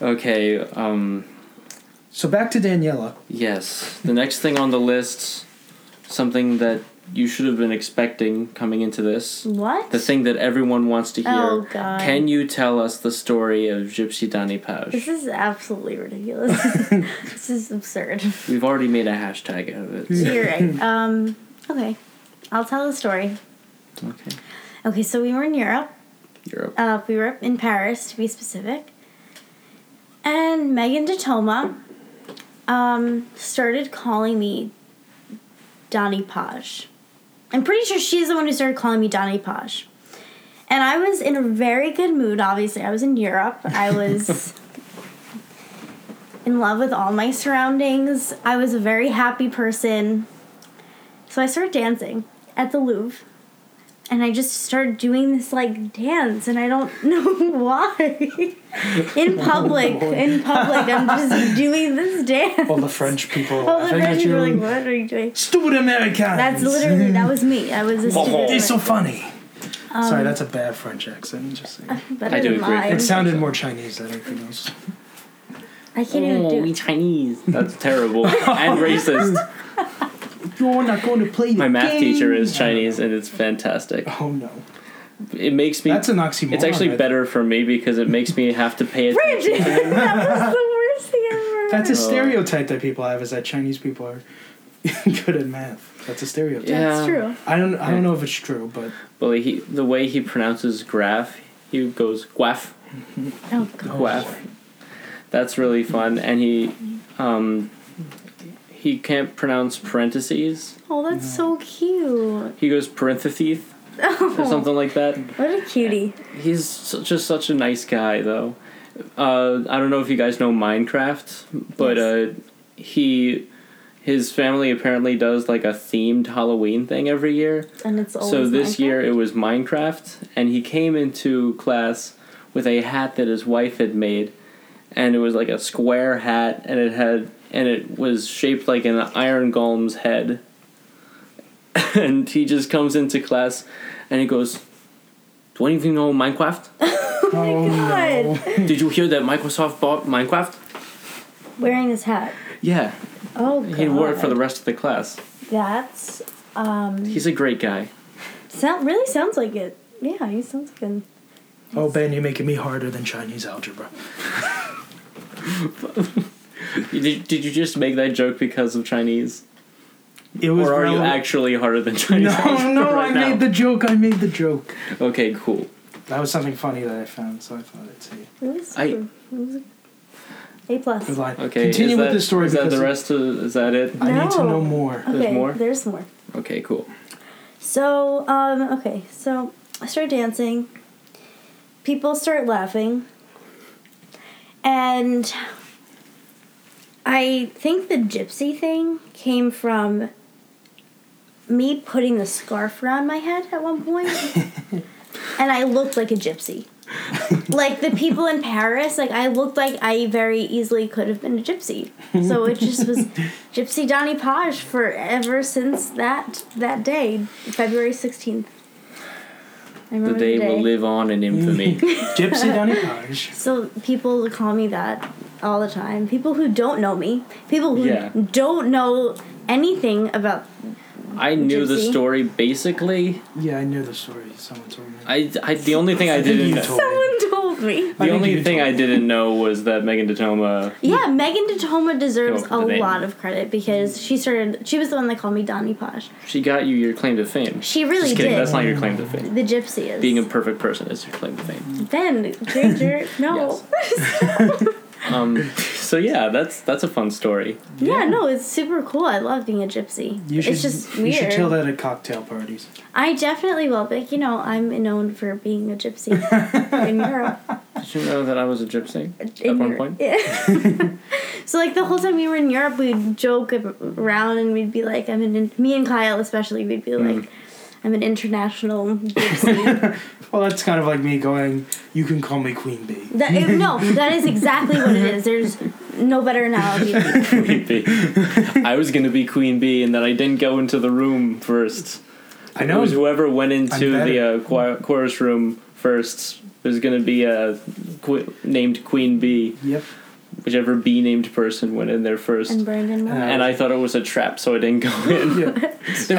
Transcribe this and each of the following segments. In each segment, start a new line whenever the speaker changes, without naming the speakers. Okay, um,
So back to Daniela.
yes. The next thing on the list, something that you should have been expecting coming into this,
What?
the thing that everyone wants to hear.
Oh, God.
Can you tell us the story of Gypsy Danny
This
Pausch?
is absolutely ridiculous. this is absurd.
We've already made a hashtag out of it.
You're right. Um, okay. I'll tell the story.
Okay.
Okay, so we were in Europe.
Europe.
Uh, we were in Paris, to be specific. And Megan Detoma um, started calling me Donnie Paj. I'm pretty sure she's the one who started calling me Donnie Paj. And I was in a very good mood, obviously. I was in Europe. I was in love with all my surroundings. I was a very happy person. So I started dancing at the Louvre and I just started doing this like dance, and I don't know why. in
Oh,
public, in public, I'm just doing this dance.
All the French people.
Oh,
All the
laughing at
friends
you.
were like, "What are you doing?"
Stupid Americans.
That's literally that was me. I was a
Oh,
stupid. Um,
They're so
woman,
funny. Sorry, that's a bad French accent. Just saying.
better
oh. I do
than
agree.
mine.
It sounded more Chinese than anything else.
I can't
Oh,
even do.
Oh, we
it.
Chinese. That's terrible and racist.
You're not going to play the
My math
game.
teacher is Chinese, and it's fantastic.
Oh no,
It makes me.
that's an oxymoron.
it's actually
right?
better for me because it makes me have to pay attention.
Bridget, that was the worst thing ever.
That's a
Oh.
stereotype that people have is that Chinese people are good at math. That's a stereotype.
Yeah.
That's true.
I don't. I don't know if it's true, but
Well, he the way he pronounces graph, he goes guaf,
Oh god.
guaf. That's really fun, and he, um, he can't pronounce parentheses.
Oh, that's so cute.
He goes parentheses or
Oh,
something like that.
what a cutie.
He's su- just such a nice guy, though. Uh, I don't know if you guys know Minecraft, but uh, he, his family apparently does like a themed Halloween thing every year.
And it's always
So this
Minecraft.
year it was Minecraft, and he came into class with a hat that his wife had made, and it was like a square hat, and it had and it was shaped like an iron golem's head. and he just comes into class, and he goes, "Do any of you know Minecraft?
oh no,
God.
Did you hear that Microsoft bought Minecraft?
Wearing his hat.
Yeah,
Oh god.
he wore it for the rest of the class.
That's um.
He's a great guy.
Sound really sounds like it. Yeah, he sounds good.
oh Ben, you're making me harder than Chinese algebra.
Did, did you just make that joke because of Chinese?"
It was
Or are you
relevant-
actually harder than Chinese?
No, no, I
right now?
made the joke. I made the joke.
Okay, cool.
That was something funny that I found, so I thought I'd say. it.
It was,
I-
it was a plus.
Good line.
Okay,
Continue
is
with
that-
this story
Is that
because
the rest of? Is that it?
I need to
No.
know more.
okay,
there's more?
There's more.
Okay, cool.
So, um, okay, so I start dancing. People start laughing, and I think the gypsy thing came from me putting the scarf around my head at one point, and I looked like a gypsy. like the people in Paris, like I looked like I very easily could have been a gypsy. So it just was Gypsy Donny Page forever since that that day, February sixteenth. I
The
remember
day will live on in infamy.
Gypsy Donny Page.
So people call me that all the time. People who don't know me, people who
Yeah.
don't know anything about
I knew the
Gypsy.
story basically.
Yeah, I knew the story. Someone told me.
I, I the only thing I didn't
you
know,
told me.
someone told me.
I
the
think
only
you
thing
told
I
me.
didn't know was that Megan Detoma.
Yeah, Megan Detoma deserves
Came up
a
with Hmm. the name. Hmm.
lot of credit because she started. She was the one that called me Donny Posh.
She got you your claim to fame.
She really
Just kidding.
did.
That's not your claim to fame.
the gypsy is
Being a perfect person is your claim to fame.
Ben Granger. No,
Um, so yeah, that's that's a fun story.
yeah. no, it's super cool. I love being a gypsy.
You should,
it's just
You
weird.
should tell that at cocktail parties.
I definitely will, but you know, I'm known for being a gypsy in Europe.
Did you know that I was a gypsy at
in
one
Europe.
point?
Yeah. so like the whole time we were in Europe, we'd joke ab- around and we'd be like, "I'm an." Me and Kyle especially, we'd be
Mm.
like, "I'm an international gypsy."
Well, that's kind of like me going, you can call me Queen Bee.
that, it- no, that is exactly what it is. There's no better analogy.
Queen Bee. I was gonna be Queen Bee, and then I didn't go into the room first.
I
It
know.
was whoever went into
I'm
the
better.
uh, choir- chorus room first. There's gonna be a qu- named Queen Bee,
Yep.
whichever bee named person went in there first.
and
And,
Brandon, what?
Uh,
I thought it was a trap, so I didn't go in.
Yeah.
They were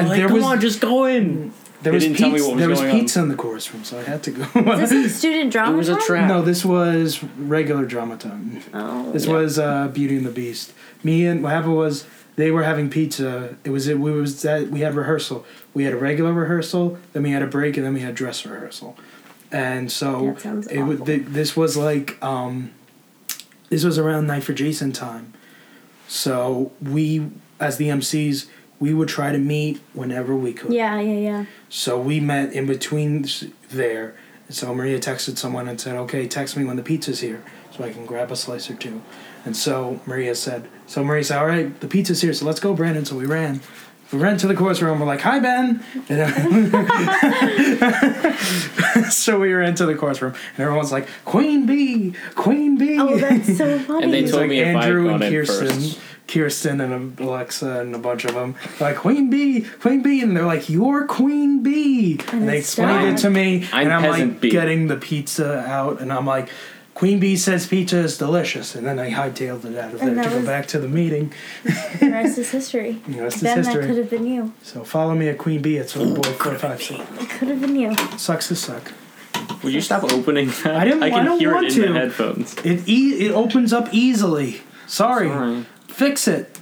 And
like,
there
"Come
was-
on, just go in."
There
They
was
didn't tell me
Pete's-
what was
There was
going on.
pizza in the chorus room, so I had to go.
Is this like student
Uh, It
drama?
was a
time?
trap.
no, this was regular drama time.
Oh.
This
Yeah.
was uh, Beauty and the Beast. Me and what happened was they were having pizza. It was it we was that we had rehearsal. We had a regular rehearsal, then we had a break, and then we had dress rehearsal. And so
That sounds
it was
awful.
th- this was like um, this was around night for Jason time. So we as the MCs we would try to meet whenever we could.
Yeah, yeah, yeah.
So we met in between s- there. And so Maria texted someone and said, "Okay, text me when the pizza's here, so I can grab a slice or two. And so Maria said, "So Maria said, all right, the pizza's here, so let's go, Brandon." So we ran. We ran to the chorus room. We're like, "Hi, Ben!" And then- so we ran to the chorus room, and everyone's like, "Queen Bee, Queen Bee."
Oh, that's so funny.
And they told
like
me if I
Andrew
had
and
gone in
Kirsten,
first.
Kirsten and Alexa and a bunch of them. Like Queen Bee, Queen Bee, and they're like, "You're Queen Bee," and, they
it's
explained it
not.
to me,
I'm
and I'm
Peasant
like
Bee.
getting the pizza out, and I'm like. Queen Bee says pizza is delicious, and then I hightailed it out of
And
there to
that
go
was-
back to the meeting.
The rest is history.
The rest is
ben, that
history.
could have been you.
So follow me at Queen Bee at Swing Boy Four Five Six.
It could have been you.
Sucks to suck.
Would you stop opening that?
I didn't-
I
I
can
don't
hear
want
it in
to.
the headphones.
It e- it opens up easily. Sorry.
Sorry.
fix it.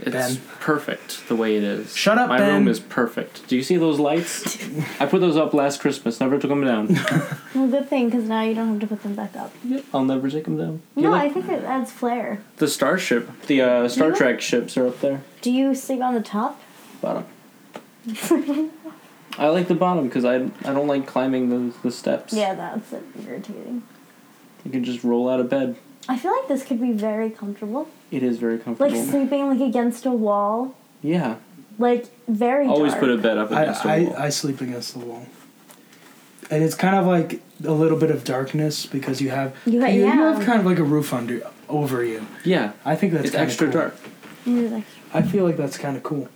It's
Ben.
perfect the way it is.
Shut up,
My
Ben.
room is perfect. Do you see those lights? I put those up last Christmas. Never took them down.
Well, good thing, because now you don't have to put them back up.
I'll never take them down. You
no,
look-
I think it adds flair.
the starship, the uh, Star
Really?
Trek ships are up there.
Do you sleep on the top?
Bottom. I like the bottom because I I don't like climbing the the steps.
Yeah, that's irritating.
You can just roll out of bed.
I feel like this could be very comfortable.
It is very
Like
comfortable.
sleeping like against a wall,
yeah.
like very.
Always
dark.
put a bed up against
I,
a wall.
I, I sleep against the wall. And it's kind of like a little bit of darkness because you have
You ha-
you
yeah.
have kind of like a roof under over you.
yeah.
I think that's
it's
kinda
extra
cool.
dark.
It is extra.
I feel like that's kind of cool.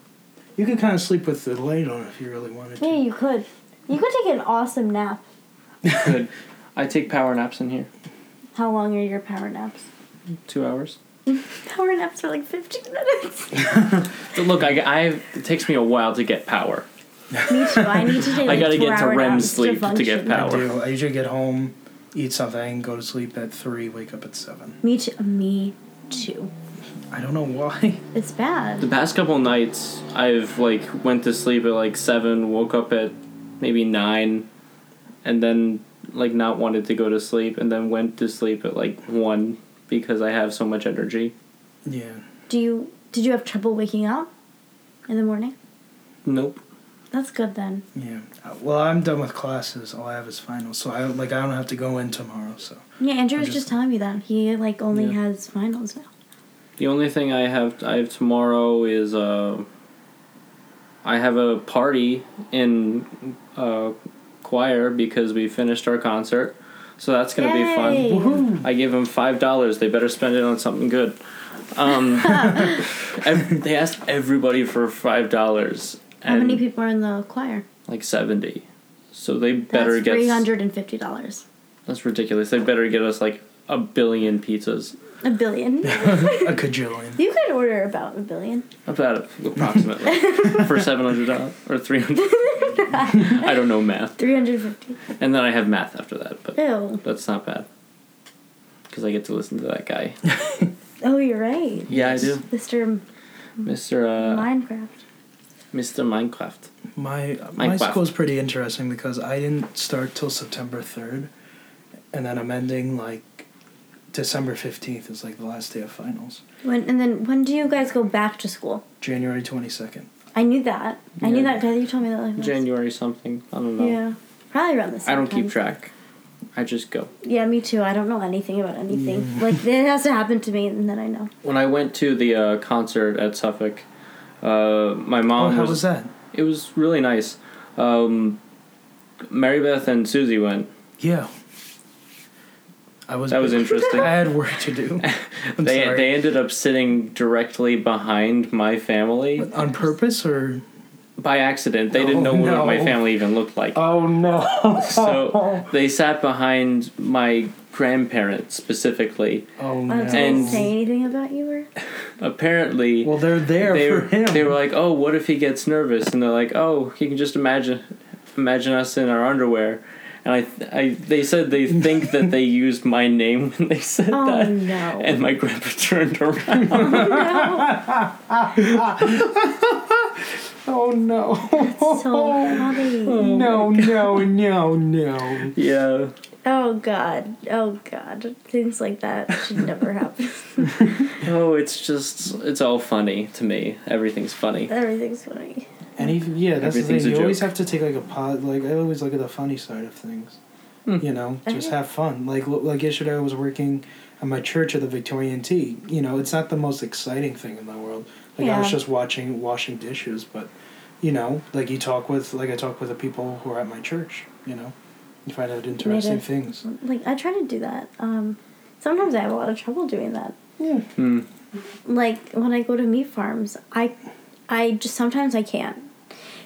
You could kind of sleep with the light on if you really wanted to.
Yeah, you could. You could take an awesome nap.
Good. I take power naps in here.
How long are your power naps?
Two hours.
Power naps are like fifteen minutes.
But look, I, I it takes me a while to get power.
Me too. I need to take. Like
gotta get to
4 -hour
REM
naps
sleep to get
function.
power.
I do. I usually get home, eat something, go to sleep at three, wake up at seven.
Me too. Me too.
I don't know why.
It's bad.
The past couple nights, I've like went to sleep at like seven, woke up at maybe nine, and then like not wanted to go to sleep, and then went to sleep at like one because I have so much energy.
Yeah.
Do you did you have trouble waking up in the morning?
Nope.
That's good then.
Yeah. Uh, Well, I'm done with classes. All I have is finals, so I like I don't have to go in tomorrow. So
Yeah, Andrew
I
was just,
just-
telling me that he like only
Yeah.
has finals now.
The only thing I have I have tomorrow is uh, I have a party in uh, choir because we finished our concert. So that's going to be fun.
Yay.
Woohoo!
I give them five dollars. They better spend it on something good. Um, ev- they asked everybody for five dollars.
How many people are in the choir?
Like seventy. So they better
That's
get.
three hundred and fifty dollars.
That's ridiculous. They better get us like a billion pizzas.
A billion.
A cajillion.
you could order about a billion.
About approximately for seven hundred dollars or three hundred. I don't know math.
Three hundred fifty.
And then I have math after that, but
Ew.
that's not bad. Because I get to listen to that guy.
Oh, you're right.
Yeah, I do,
Mr.
Mister uh,
Minecraft.
Mister Minecraft.
My my
Minecraft.
school's pretty interesting because I didn't start till September third, and then I'm ending like December fifteenth is like the last day of finals.
When and then when do you guys go back to school?
January twenty second.
I knew that. I knew
Yeah.
that because you told me that. Like last-
January something. I don't know.
Yeah. Probably around the same
I don't
time.
keep track. I just go.
Yeah, me too. I don't know anything about anything.
Mm.
Like it has to happen to me, and then I know.
When I went to the uh, concert at Suffolk, uh, my
Oh,
mom
how
was,
was that?
It was really nice. Um, Mary Beth and Susie went.
Yeah. I was.
That was interesting.
I had work to do. I'm
they
sorry.
they ended up sitting directly behind my family
on purpose or?
by accident. They didn't
Oh,
know what
no.
my family even looked like.
Oh no! Oh,
So they sat behind my grandparents specifically.
oh no!
I don't
And-
say anything about you or
Apparently,
well, they're there
they,
for him.
they were like, "Oh, what if he gets nervous?" And they're like, "Oh, he can just imagine imagine us in our underwear." And I, I they said they think that they used my name when they said
Oh
that.
no.
And my grandpa turned around.
oh no!
so
Oh,
funny.
No! No! No! No!
yeah,
Oh god. Oh god. Things like that should never happen.
oh, it's just it's all funny to me. Everything's funny.
Everything's funny.
And even yeah, that's the thing.
Everything's a
You always
joke.
have to take like a pod. Like I always look at the funny side of things.
Hmm.
You know,
I
just
think-
have fun. Like l- like yesterday, I was working at my church at the Victorian Tea. You know, it's not the most exciting thing in the world. Like I was
Yeah.
just watching washing dishes, but you know, like you talk with like I talk with the people who are at my church. You know, you find out interesting
Native.
things.
Like I try to do that. Um, sometimes I have a lot of trouble doing that.
Yeah.
Hmm.
Like when I go to meat farms, I, I just sometimes I can't,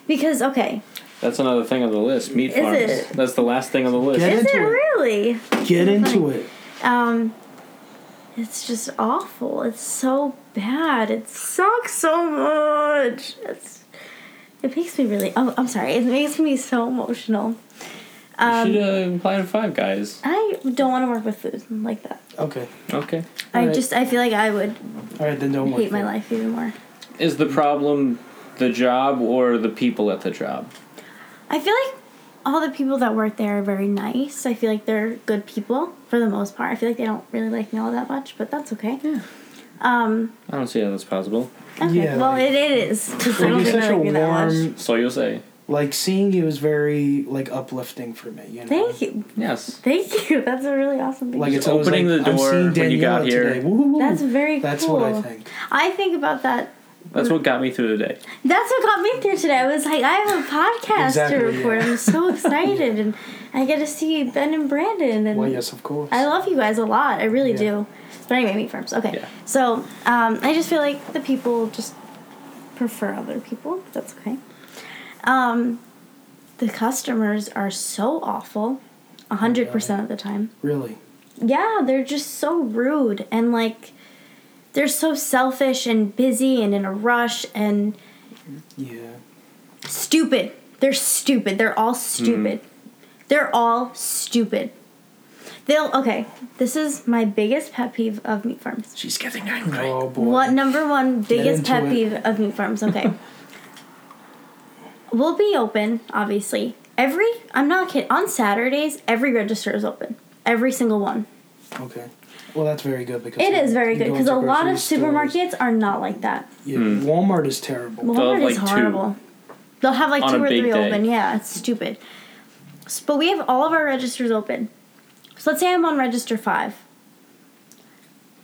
because okay,
That's another thing on the list. Meat
Is
farms.
it?
That's the last thing on the list.
Get
is
into
it
it.
really?
Get into it.
Um, it's just awful. It's so bad. It sucks so much. It's, it makes me really. Oh, I'm sorry. It makes me so emotional.
you
Um,
should uh, apply to Five Guys.
I don't want to work with food like that.
Okay.
Okay.
I
Alright.
just I feel like I would
All right, then don't worry.
hate my life even more.
Is the problem the job or the people at the job?
I feel like all the people that work there are very nice. I feel like they're good people for the most part. I feel like they don't really like me all that much, but that's okay. Yeah. Um.
I don't see how that's possible.
Okay.
Yeah,
well,
like-
it, it is. 'cause I
Like,
don't
you're
think they
such a
like me that much.
warm.
So you'll say
Like seeing you is very like uplifting for me. You know.
Thank you.
yes.
Thank you. That's a really awesome thing.
Like
Just
it's always
opening
like,
the door
I'm seeing
when you got
Daniela
here.
Today. Woo-hoo-hoo.
that's very
That's
cool.
what I think.
I think about that.
That's what got me through the day.
That's what got me through today. I was like, I have a podcast
Exactly,
to
yeah.
record. I'm so excited, and I get to see Ben and Brandon. And
Well, yes, of course.
I love you guys a lot. I really
Yeah.
do. But anyway, meat farms. Okay.
Yeah.
So um, I just feel like the people just prefer other people. That's okay. Um, the customers are so awful,
Oh,
a hundred percent of the time.
really.
Yeah, they're just so rude and like they're so selfish and busy and in a rush and
Yeah.
stupid. They're stupid. They're all stupid. They're all stupid. They'll okay. This is my biggest pet peeve of meat farms.
She's getting angry.
Oh boy.
What number one biggest
into
pet
it.
peeve of meat farms? Okay. we'll be open, obviously. Every I'm not kidding. On Saturdays, every register is open. Every single one.
Okay. Well, that's very good because
It
you-
is very
you
good
go
because a
into
lot of
grocery stores.
supermarkets are not like that.
Yeah, Walmart is terrible.
Walmart
have,
is
like, two.
horrible. They'll have like
On a
two or
big
three
day.
open. Yeah, it's stupid. S- But we have all of our registers open. So let's say I'm on register five.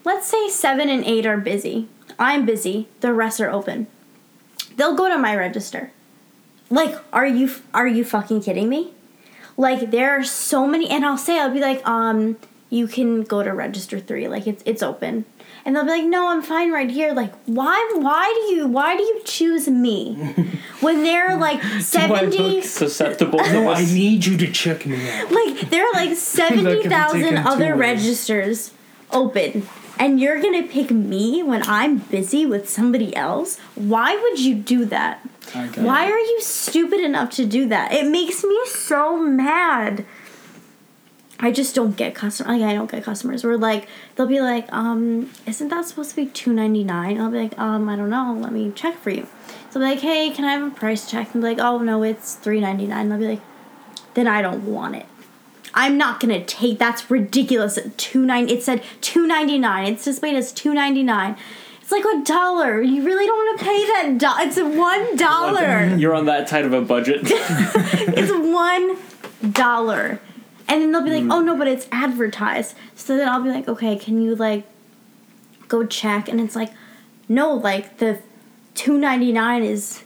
Let's say seven and eight are busy. I'm busy. The rest are open. They'll go to my register. Like, are you f- are you fucking kidding me? Like there are so many, and I'll say I'll be like, um, you can go to register three, like it's it's open, and they'll be like, no, I'm fine right here. Like why why do you why do you choose me when there are like seventy
susceptible. to
No, I
this?
need you to check me out.
like there are like seventy
taken
thousand
two
other
ways.
registers open. And you're gonna pick me when I'm busy with somebody else? Why would you do that?
I got
Why are you stupid enough to do that? It makes me so mad. I just don't get customer. Like I don't get customers. We're like they'll be like, um, isn't that supposed to be two ninety nine? I'll be like, um, I don't know. Let me check for you. So they're like, hey, can I have a price check? And be like, oh no, it's three ninety nine. They'll be like, then I don't want it. I'm not gonna take. That's ridiculous. At two nine. It said two ninety nine. It's displayed as two ninety nine. It's like a dollar. You really don't want to pay that. Do- it's one dollar.
You're on that tight of a budget.
It's one dollar. And then they'll be like, oh no, but it's advertised. So then I'll be like, okay, can you like go check? And it's like, no, like the two ninety nine is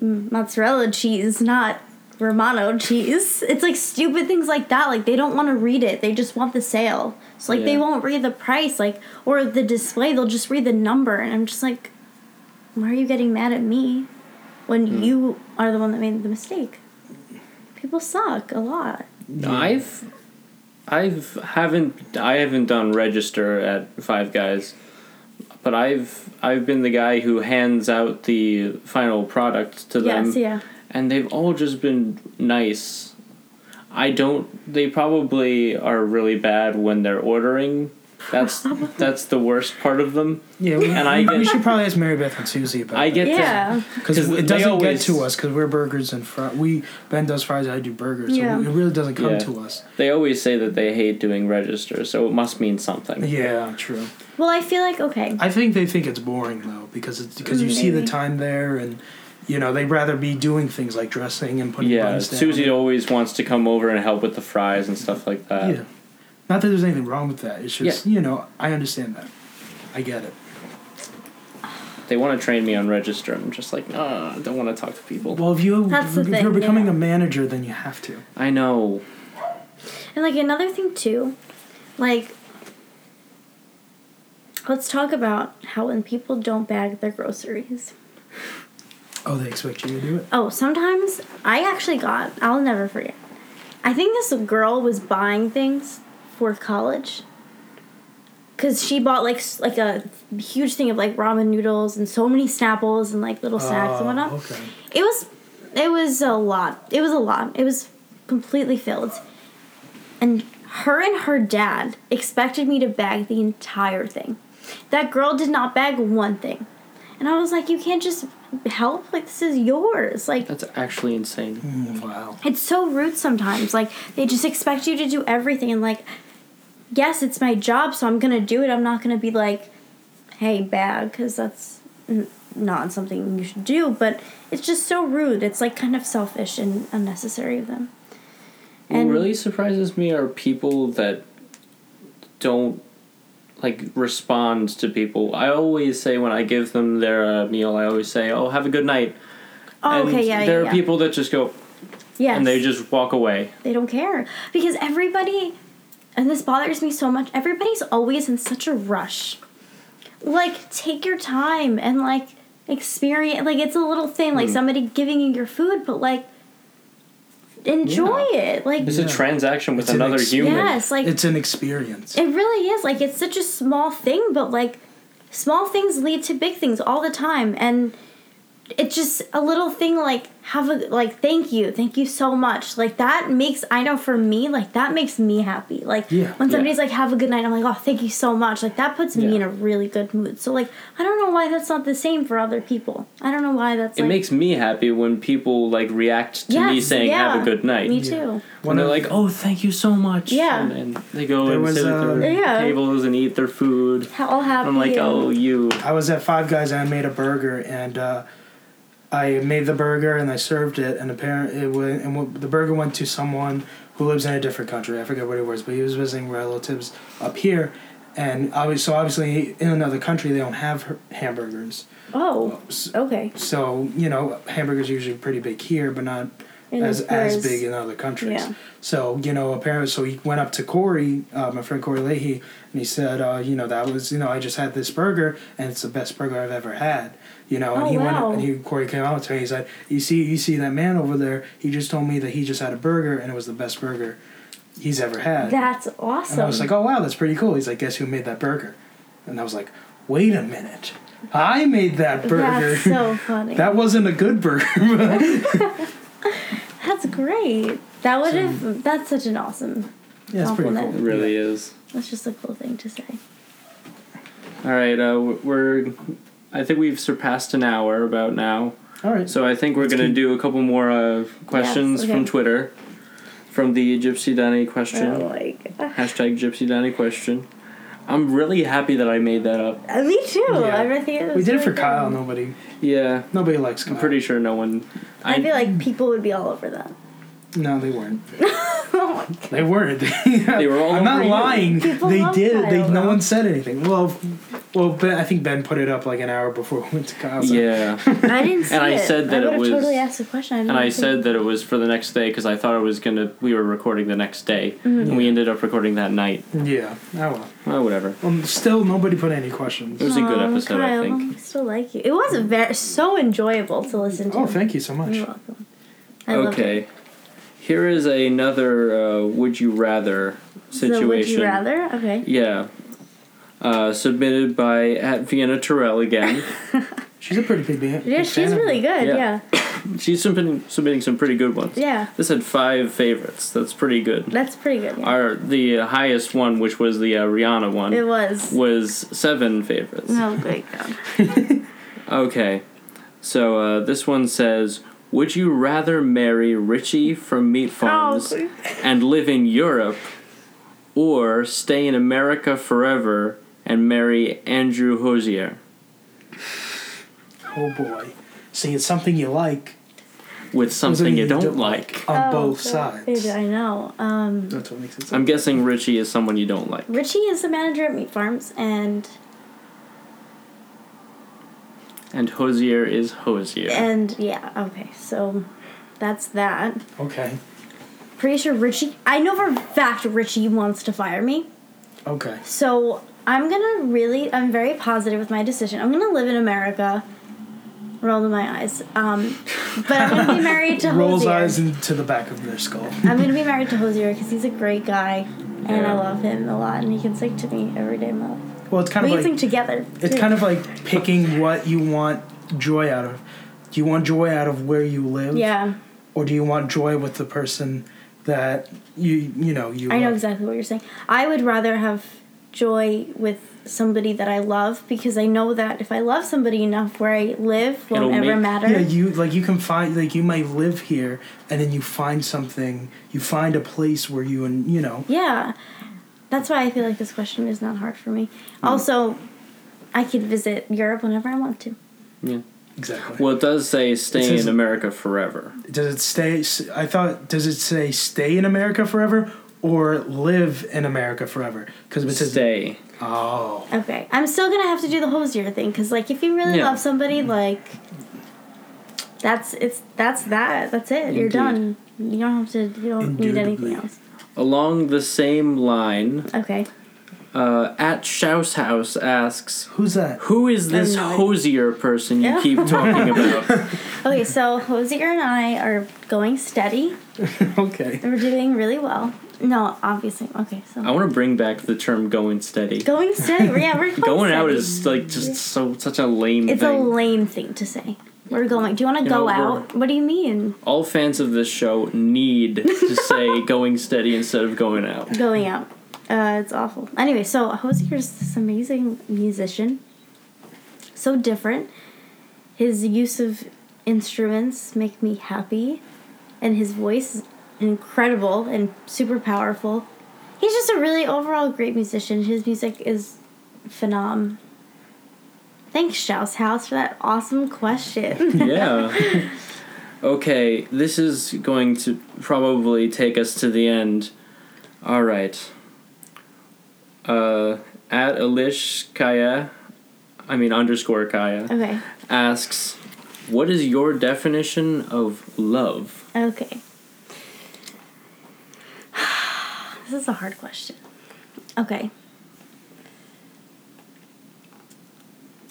m- mozzarella cheese, not Romano cheese. It's like stupid things like that. Like they don't want to read it. They just want the sale. So like they
Yeah.
won't read the price, like or the display, they'll just read the number and I'm just like, Why are you getting mad at me? when
Hmm.
you are the one that made the mistake. People suck a lot.
I've I've haven't I haven't done register at Five Guys, but I've I've been the guy who hands out the final product to them,
Yes, yeah.
and they've all just been nice. I don't. They probably are really bad when they're ordering. That's that's the worst part of them.
Yeah, we,
And I get-
we should probably ask Mary Beth and Susie about
I get
Yeah.
to
because
'cause they
it doesn't
always-
get to us because we're burgers and fries. We Ben does fries, I do burgers, so
Yeah.
it really doesn't come
Yeah.
to us.
They always say that they hate doing register, so it must mean something.
Yeah, true.
Well, I feel like okay.
I think they think it's boring though because it's because you see the
Maybe.
time there and you know they'd rather be doing things like dressing and putting
Yeah,
buttons down.
Susie always wants to come over and help with the fries and stuff like that.
Yeah. Not that there's anything wrong with that. It's just, you know, I understand that. I get it.
They want to train me on register. I'm just like, ah, I don't want to talk to people.
Well, if you
That's the
if
thing,
you're becoming
yeah.
a manager, then you have to.
I know.
And like another thing too, like let's talk about how when people don't bag their groceries.
Oh, they expect you to do it.
Oh, sometimes I actually got, I'll never forget. I think this girl was buying things for college. Cause she bought like s- like a huge thing of like ramen noodles and so many Snapples and like little snacks and whatnot.
Oh, okay.
It was it was a lot. It was a lot. It was completely filled. And her and her dad expected me to bag the entire thing. That girl did not bag one thing. And I was like, you can't just help? Like this is yours. Like
That's actually insane.
Mm, Wow.
it's so rude sometimes. Like they just expect you to do everything and like yes, it's my job, so I'm going to do it. I'm not going to be like hey, bag cuz that's n- not something you should do, but it's just so rude. It's like kind of selfish and unnecessary of them.
what really surprises me are people that don't like respond to people. I always say when I give them their uh, meal, I always say, "Oh, have a good night."
Oh,
and
okay,
There
yeah, yeah,
are
yeah.
people that just go
Yes.
and they just walk away.
they don't care because everybody and this bothers me so much everybody's always in such a rush like take your time and like experience like it's a little thing
Hmm.
like somebody giving you your food but like enjoy it like
It's
Yeah.
a transaction with
It's an
another
ex-
human.
yes like
it's an experience.
it really is like it's such a small thing but like small things lead to big things all the time and it's just a little thing like have a like thank you thank you so much like that makes i know for me like that makes me happy like
Yeah.
when somebody's like have a good night i'm like oh thank you so much like that puts
Yeah.
me in a really good mood so like i don't know why that's not the same for other people i don't know why that's
It
like
makes me happy when people like react to me
Yes,
saying "Have
yeah.
a good night."
me too
When they're
of-
like, "Oh, thank you so much,"
Yeah.
and, and they go
There
and
was,
sit at
um,
their
Yeah.
tables and eat their food.
Ha- all happy
I'm like,
and-
"Oh, you."
I was at Five Guys and I made a burger and uh, I made the burger and I served it and apparently it went, and w- the burger went to someone who lives in a different country. I forget what it was, but he was visiting relatives up here, and obviously, so obviously in another country they don't have her- hamburgers.
oh okay
So you know hamburgers are usually pretty big here, but not
In
as as
whereas-
big in other countries.
Yeah.
So you know, apparently, so he went up to Corey, uh, my friend Corey Leahy, and he said, uh, you know, that was you know, I just had this burger, and it's the best burger I've ever had. You know, and
Oh,
he went
wow.
up and he Corey came out to me. He's like, you see, you see that man over there? He just told me that he just had a burger, and it was the best burger he's ever had.
That's
and I was
awesome.
like, oh wow, that's pretty cool. He's like, guess who made that burger? And I was like, wait a minute, I made that burger.
That's so funny.
that wasn't a good burger.
That's great. That would have. That's such an awesome.
yeah, it's pretty cool.
It
Compliment.
really is.
That's just a cool thing to say.
All right, uh, we're. I think we've surpassed an hour about now,
All right.
so I think we're gonna
keep-
do a couple more uh, questions
okay.
from Twitter, from the Gypsy Danny question
Oh my god.
hashtag Gypsy Danny question. I'm really happy that I made that up.
Uh, Me too.
Yeah.
I really think it was
We did it
really
for Kyle.
fun.
Nobody,
Yeah,
nobody likes Kyle.
I'm pretty sure no one.
I, feel like people would be all over that.
No, they weren't.
oh my god.
They weren't. they
were all
I'm not
over you.
lying.
People
they
love
did. They.
Kyle,
No
though.
one said anything. Well, f- well, ben, I think Ben put it up like an hour before we went to Kyle's.
Yeah,
I didn't see
And I
it.
said that it
I would have
was-
totally asked a question.
and I said that it was for the next day because I thought it was gonna. We were recording the next day,
Mm-hmm.
and we ended up recording that night.
Yeah. Oh well.
Oh, whatever.
Um, still, nobody put any questions.
It was a good episode,
Kyle,
I think.
still like you. It was a very so enjoyable to listen to.
Oh, thank you so much.
You're welcome. I loved it.
Okay, here is another uh, would you rather situation.
So would you rather? Okay.
Yeah. Uh, submitted by at Vienna Terrell again.
She's a pretty big band.
Yeah, she's really good.
Yeah.
Yeah.
She's submitting, submitting some pretty good ones.
Yeah.
This had five favorites. That's pretty good.
That's pretty good. yeah.
Our the highest one, which was the uh, Rihanna one,
It was.
was seven favorites.
Oh, great God.
Okay, so uh, this one says, "Would you rather marry Richie from Meat Farms
Oh, please.
and live in Europe, or stay in America forever and marry Andrew Hosier?"
Oh boy. See, it's something you like
with something you don't like.
on
Oh,
both
God.
sides.
I know. Um,
That's what makes it. so-
I'm guessing Richie is someone you don't like.
Richie is the manager at Meat Farms, and
And Hosier is Hosier.
and yeah, okay, so that's that.
Okay.
Pretty sure Richie. I know for a fact Richie wants to fire me,
Okay.
so I'm gonna really. I'm very positive with my decision. I'm gonna live in America. Rolling my eyes. Um, but I'm gonna be married to
Rolls
Hosier.
eyes into the back of their skull.
I'm gonna be married to Hosier because he's a great guy, and
Yeah.
I love him a lot, and he can sing to me every day of my life.
Well, it's kind
We
of
can
like
sing together.
It's
too.
kind of like picking what you want joy out of. Do you want joy out of where you live?
Yeah,
Or do you want joy with the person that you you know you
I know
love?
exactly what you're saying. I would rather have joy with somebody that I love because I know that if I love somebody enough, where I live won't
It'll
ever
make-
matter.
Yeah, you like you can find like you might live here and then you find something you find a place where you and you know
Yeah. That's why I feel like this question is not hard for me.
Hmm.
Also, I could visit Europe whenever I want to.
Yeah.
exactly.
Well, it does say stay
It says-
in America forever.
does it stay s- I thought does it say stay in America forever or live in America forever? Cuz it says
Stay.
oh
Okay. I'm still going to have to do the Hosier thing because, like, if you really
Yeah.
love somebody, like, that's it's that's that. That's it. You're
Indeed.
done. You don't have to, you don't need anything
Indubitably.
else.
Along the same line,
Okay.
uh, at Shouse House asks,
who's that?
"Who is this
no idea.
Hosier person you
Yeah.
keep talking about?"
Okay, so Hosier and I are going steady.
okay.
We're doing really well. No, obviously. Okay, so
I want to bring back the term "going steady."
going steady. Yeah, we're going,
going out
steady.
is like just so such a lame
it's
thing.
a lame thing to say. We're going. Do you want to
You
go
know, we're-
out? What do you mean
All fans of this show need to say "going steady" instead of "going out."
going out? Uh, it's awful. Anyway, so Hosier's this amazing musician. So different. His use of instruments make me happy, and his voice is incredible and super powerful. He's just a really overall great musician. His music is phenom. Thanks, Shouse House, for that awesome question.
yeah. Okay, this is going to probably take us to the end. All right. Uh, at Elish Kaya, I mean underscore Kaya,
okay.
asks, What is your definition of love?
Okay. this is a hard question. Okay.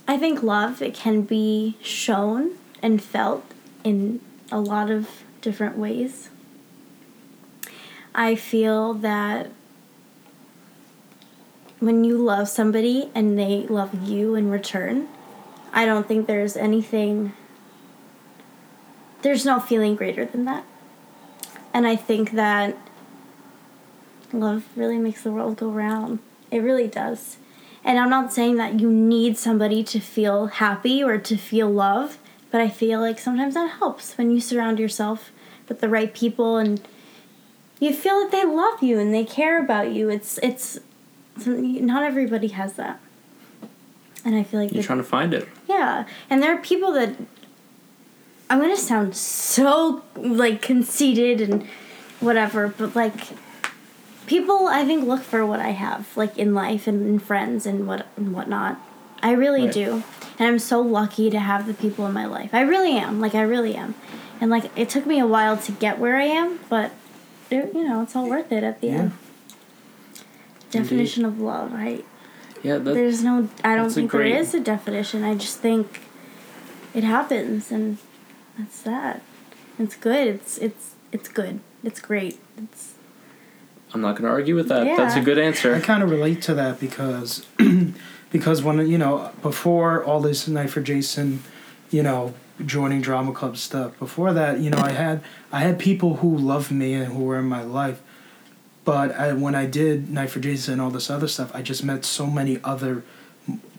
I think love it can be shown and felt in a lot of different ways. I feel that when you love somebody and they love you in return, I don't think there's anything there's no feeling greater than that. And I think that love really makes the world go round. It really does. And I'm not saying that you need somebody to feel happy or to feel love, but I feel like sometimes that helps when you surround yourself with the right people and you feel that they love you and they care about you. It's it's not everybody has that. And I feel like
You're
the-
trying to find it.
yeah, and there are people that I'm gonna sound so like conceited and whatever, but like people I think look for what I have like in life and in friends and what and whatnot. I really
Right.
do, and I'm so lucky to have the people in my life. I really am, like I really am, and like it took me a while to get where I am, but it, you know it's all worth it at the
Yeah.
end. Definition of love, right?
Yeah, that,
There's no. I don't
that's a
think
great-
there is a definition. I just think it happens, and that's that. It's good. It's it's it's good. It's great. It's
I'm not going to argue with that.
Yeah.
That's a good
I
answer.
kind of relate to that because because when you know before all this night for Jason, you know joining drama club stuff. Before that, you know I had I had people who loved me and who were in my life, but I, when I did night for Jason and all this other stuff, I just met so many other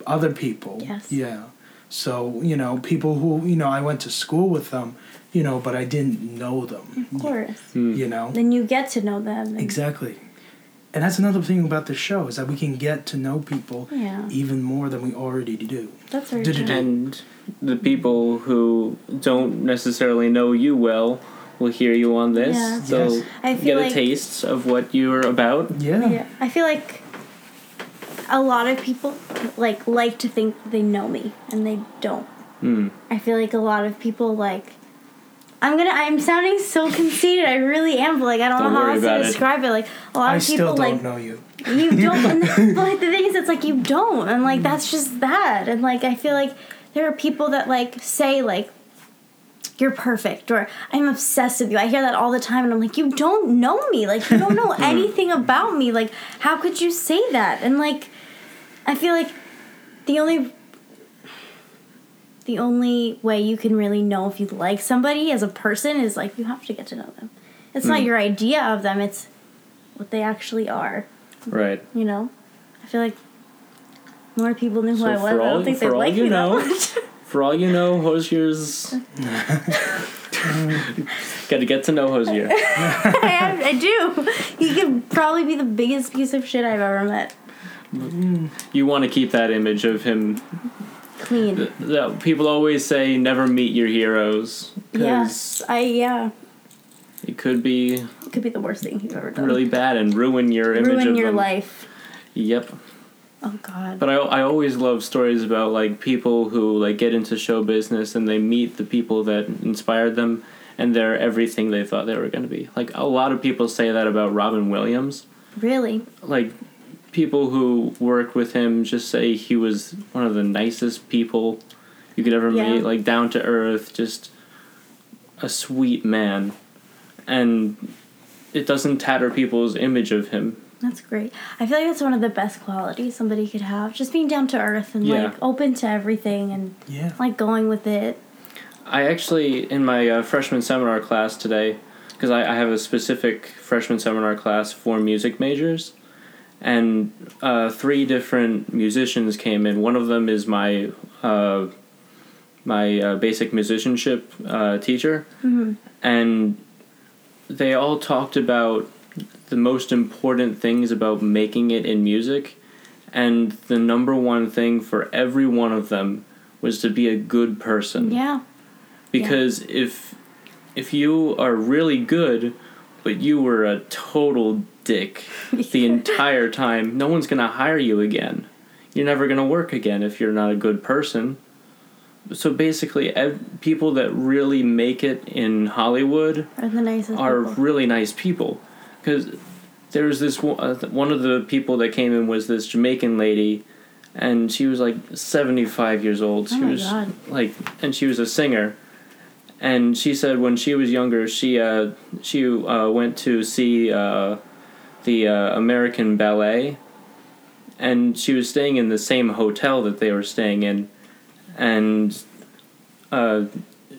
other people.
Yes.
Yeah. So you know people who you know I went to school with them, you know, but I didn't know them.
of course.
Hmm.
You know.
Then you get to know them. and-
Exactly. And that's another thing about the show is that we can get to know people
Yeah.
even more than we already do.
That's very
Did it-
true.
And the people who don't necessarily know you well will hear you on this.
Yeah.
So
Yes.
I feel
get a
like-
taste of what you're about.
Yeah.
Yeah, I feel like a lot of people like like to think they know me, and they don't.
Hmm.
I feel like a lot of people like. I'm gonna. I'm sounding so conceited. I really am. But like, I don't,
Don't
know how
worry
else
about
to
it.
describe it. Like, a lot
I
of people
still don't
like
know you.
You don't. And the, but like the thing is, it's like you don't, and like that's just that. And like I feel like there are people that like say like you're perfect or I'm obsessed with you. I hear that all the time, and I'm like, you don't know me. Like you don't know anything about me. Like how could you say that? And like I feel like the only the only way you can really know if you like somebody as a person is like you have to get to know them. It's not your idea of them. It's what they actually are
Right.
you know i feel like more people knew who
So
i was
for
i
all-
don't think they
for all
like
you
me
know-
that much
For all you know, Hosier's. Got to get to know Hosier.
I, am- I do he could probably be the biggest piece of shit i've ever met
You want to keep that image of him.
clean
Th- that- people always say, never meet your heroes. 'cause
yes i yeah
It could be
it could be the worst thing you've ever done
really bad and ruin your image
ruin
of
your
them.
life
Yep.
oh god
But I, I always love stories about like people who like get into show business and they meet the people that inspired them and they're everything they thought they were going to be. Like a lot of people say that about Robin Williams.
really
Like people who worked with him just say he was one of the nicest people you could ever
Yeah.
meet, like down to earth, just a sweet man. And it doesn't tatter people's image of him.
that's great i feel like that's one of the best qualities somebody could have just being down to earth and
Yeah.
like open to everything and
Yeah.
like going with it
I actually, in my uh, freshman seminar class today, because I, I have a specific freshman seminar class for music majors, and uh, three different musicians came in. One of them is my uh, my uh, basic musicianship uh, teacher, and they all talked about the most important things about making it in music, and the number one thing for every one of them was to be a good person
yeah
because if if you are really good but you were a total dick the entire time no one's going to hire you again you're never going to work again if you're not a good person so basically, ev- people that really make it in Hollywood
Are the nicest
are
people.
really nice people because there was this one, uh, one of the people that came in was this Jamaican lady and she was like 75 years old she
Oh my
was
God.
like and she was a singer and she said when she was younger she uh, she uh, went to see uh, the uh, American Ballet and she was staying in the same hotel that they were staying in and uh,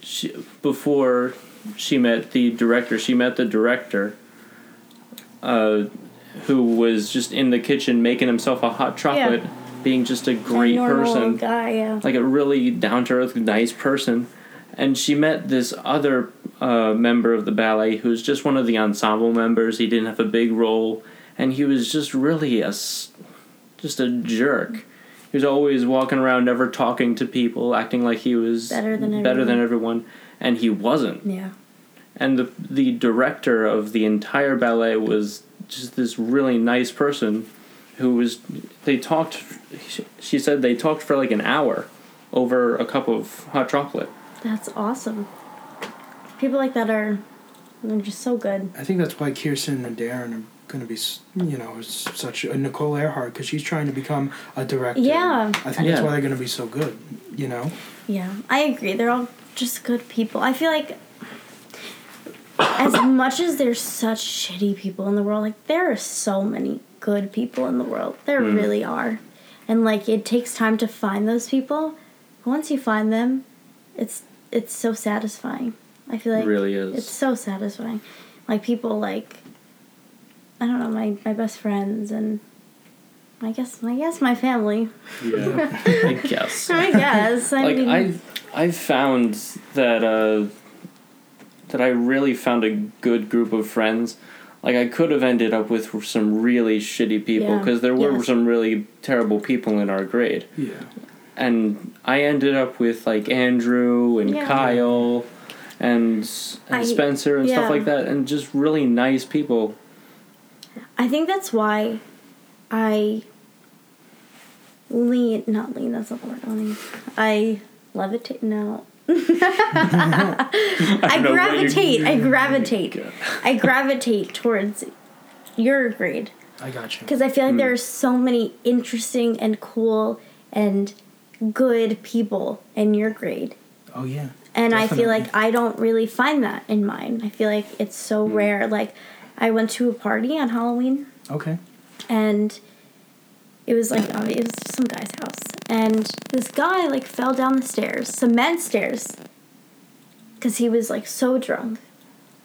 she, before she met the director. She met the director, uh, who was just in the kitchen making himself a hot chocolate, being just a
A
great
normal
person,
guy, yeah.
like a really down to earth, nice person. And she met this other uh, member of the ballet who was just one of the ensemble members. He didn't have a big role, and he was just really a s- just a jerk. He was always walking around, never talking to people, acting like he was
Better than
better than
everyone.
everyone, and he wasn't
yeah.
and the the director of the entire ballet was just this really nice person who was they talked she- she said they talked for like an hour over a cup of hot chocolate
That's awesome. People like that are they're just so good.
I think that's why Kirsten and Darren are going to be, s- you know, s- such a Nicole Earhart because she's trying to become a director.
Yeah.
I think
Yeah.
that's why they're going to be so good. You know,
Yeah, I agree. They're all just good people. I feel like as much as there's such shitty people in the world, like there are so many good people in the world. There really are. And like it takes time to find those people. But once you find them, it's it's so satisfying. I feel like
it really is
it's so satisfying. Like people like I don't know, my, my best friends and I guess I guess my family.
yeah i guess
I guess. I
like
mean,
i i found that uh that i really found a good group of friends like i could have ended up with some really shitty people
Yeah.
because there were
Yes.
some really terrible people in our grade
yeah.
and I ended up with like Andrew and
Yeah.
Kyle and, and
I-
Spencer and
yeah.
stuff like that, and just really nice people.
I think that's why I lean, not lean, that's not the word, I lean. I levitate, no. I,
know what you-
gravitate, I gravitate,
God.
I gravitate towards your grade.
I got you.
Because I feel like there are so many interesting and cool and good people in your grade.
Oh yeah.
And I feel
Definitely.
like I don't really find that in mine. I feel like it's so rare. Like, I went to a party on Halloween
Okay.
and it was like obvi- it was just some guy's house and this guy like fell down the stairs cement stairs because he was like so drunk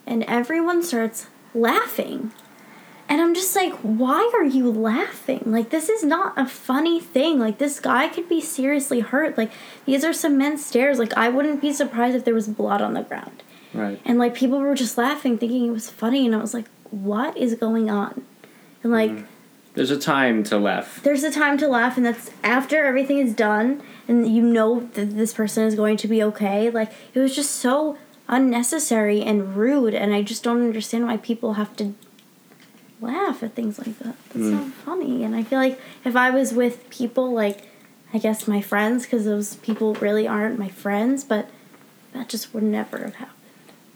and everyone starts laughing and i'm just like why are you laughing like this is not a funny thing like this guy could be seriously hurt like these are cement stairs like i wouldn't be surprised if there was blood on the ground
Right.
and like people were just laughing thinking it was funny and i was like what is going on and like
There's a time to laugh.
there's a time to laugh and that's after everything is done and you know that this person is going to be okay like it was just so unnecessary and rude and i just don't understand why people have to laugh at things like that that's
Mm.
not funny and i feel like if i was with people like i guess my friends because those people really aren't my friends but that just would never have happened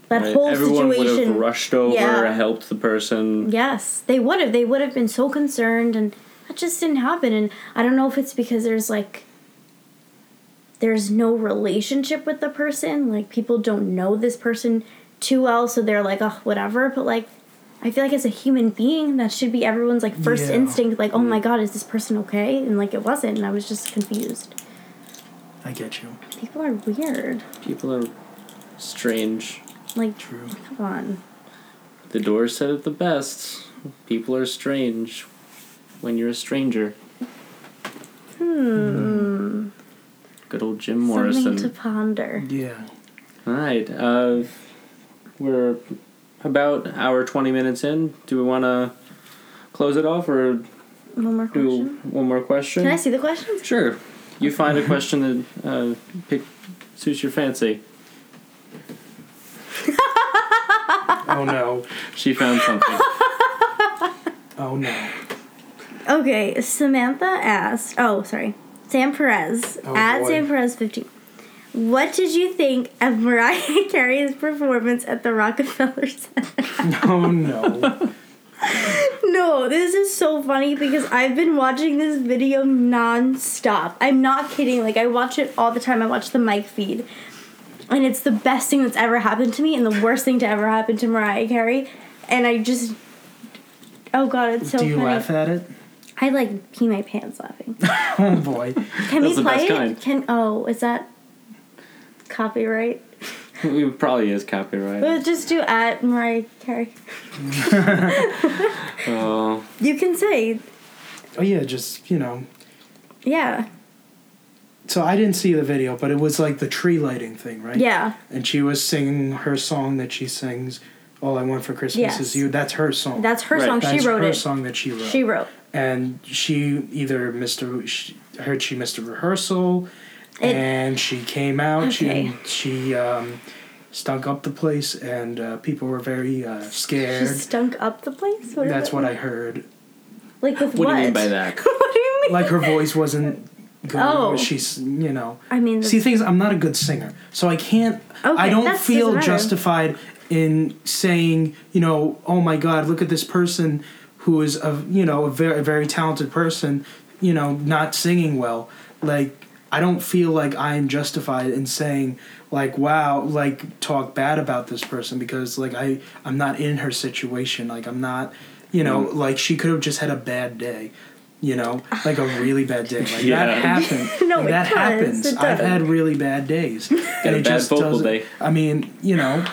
that
right?
whole
Everyone
situation
would have rushed over,
Yeah.
helped the person.
Yes, they would have. They would have been so concerned, and that just didn't happen. And I don't know if it's because there's like, there's no relationship with the person. Like, people don't know this person too well, so they're like, oh, whatever. But like, I feel like as a human being, that should be everyone's like first
Yeah.
instinct, like, oh my god, is this person okay? And like, it wasn't, and I was just confused.
I get you.
People are weird.
People are strange.
Like,
True.
come on.
The door said it the best. People are strange when you're a stranger.
Hmm.
Good old Jim
Something
Morrison.
to ponder.
Yeah.
All right. Uh, we're about hour twenty minutes in. Do we want to close it off or
One more
do
question.
one more question?
Can I see the questions?
Sure. You find a question that uh, pick, suits your fancy.
Oh no.
She found something.
Oh no.
Okay, Samantha asked. Oh, sorry. Sam Perez
Oh,
at
boy.
Sam Perez fifteen. What did you think of Mariah Carey's performance at the Rockefeller Center?
Oh no.
no, this is so funny because I've been watching this video non-stop. I'm not kidding. Like I watch it all the time. I watch the mic feed. And it's the best thing that's ever happened to me and the worst thing to ever happen to Mariah Carey. And I just Oh god, it's so
Do you
funny.
laugh at it?
I like pee my pants laughing.
Oh boy.
That's
Can we
the best
play it?
kind.
Can oh, is that copyright?
It probably is
We'll
copyrighted.
just do at Mariah Carey.
Oh,
You can say,
Oh yeah, just you know.
yeah,
So I didn't see the video, but it was like the tree lighting thing, right?
yeah,
And she was singing her song that she sings, "All I Want for Christmas
Yes.
Is You." That's her song.
that's her
Right.
song.
That's
she wrote
her
it.
song that she wrote.
She wrote.
and she either missed a she, heard she missed a rehearsal,
It-
and she came out.
Okay.
She she um, stunk up the place, and uh, people were very uh,
She
scared.
stunk up the place. What is
That's
it?
what I heard.
Like with
what
what?
do you mean by that?
what do you mean?
Like her voice wasn't good.
Oh.
or She's you know.
I mean,
See, things. I'm not a good singer, so I can't. I
Okay,
don't
that doesn't
feel
matter.
justified in saying, you know, oh my God, look at this person who is a you know a very very talented person, you know, not singing well. Like I don't feel like I am justified in saying like wow, like talk bad about this person because like I I'm not in her situation. Like I'm not, you know, like she could have just had a bad day. You know, like a really bad day. Like
Yeah.
that happened.
No,
Like,
it
that
does.
happens.
It
I've
does.
had really bad days. and
a bad vocal
doesn't-
day.
I mean, you know,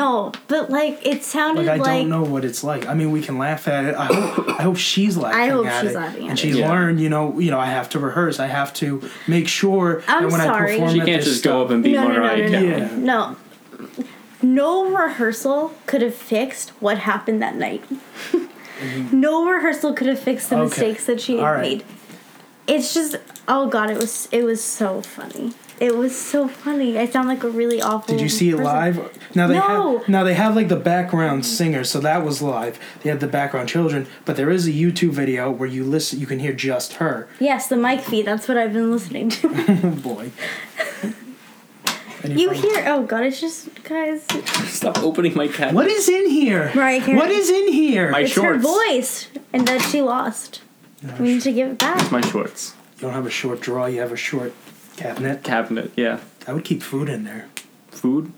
No, but like it sounded
like I
like,
don't know what it's like. I mean, we can laugh at it. I hope, I hope she's laughing.
I hope
at
she's
it.
laughing at
and
it.
she's
Yeah.
learned. You know, you know, I have to rehearse. I have to make sure
I'm
that when
sorry.
I perform,
she
at
can't
this
just go
stuff-
up and be
no, no, no,
Mariah
no,
Carey.
Yeah.
no, no. No rehearsal could have fixed what happened that night. no rehearsal could have fixed the
Mm-hmm. Okay.
mistakes that she
All right.
made. It's just oh god, it was it was so funny. It was so funny. I sound like a really awful.
Did you see it
person.
live? Now they
No.
have now they have like the background singer, so that was live. They had the background children, but there is a YouTube video where you listen, you can hear just her.
Yes, the mic feed. That's what I've been listening to.
Oh boy. Any
You
problem?
hear? Oh God! It's just guys.
Stop opening my cat.
What is in here?
Mariah Carey.
What is in here?
My
It's her
shorts.
voice, and that she lost. we need to give it back.
My shorts.
You don't have a short drawer, you have a short cabinet.
Cabinet. Yeah.
I would keep food in there.
Food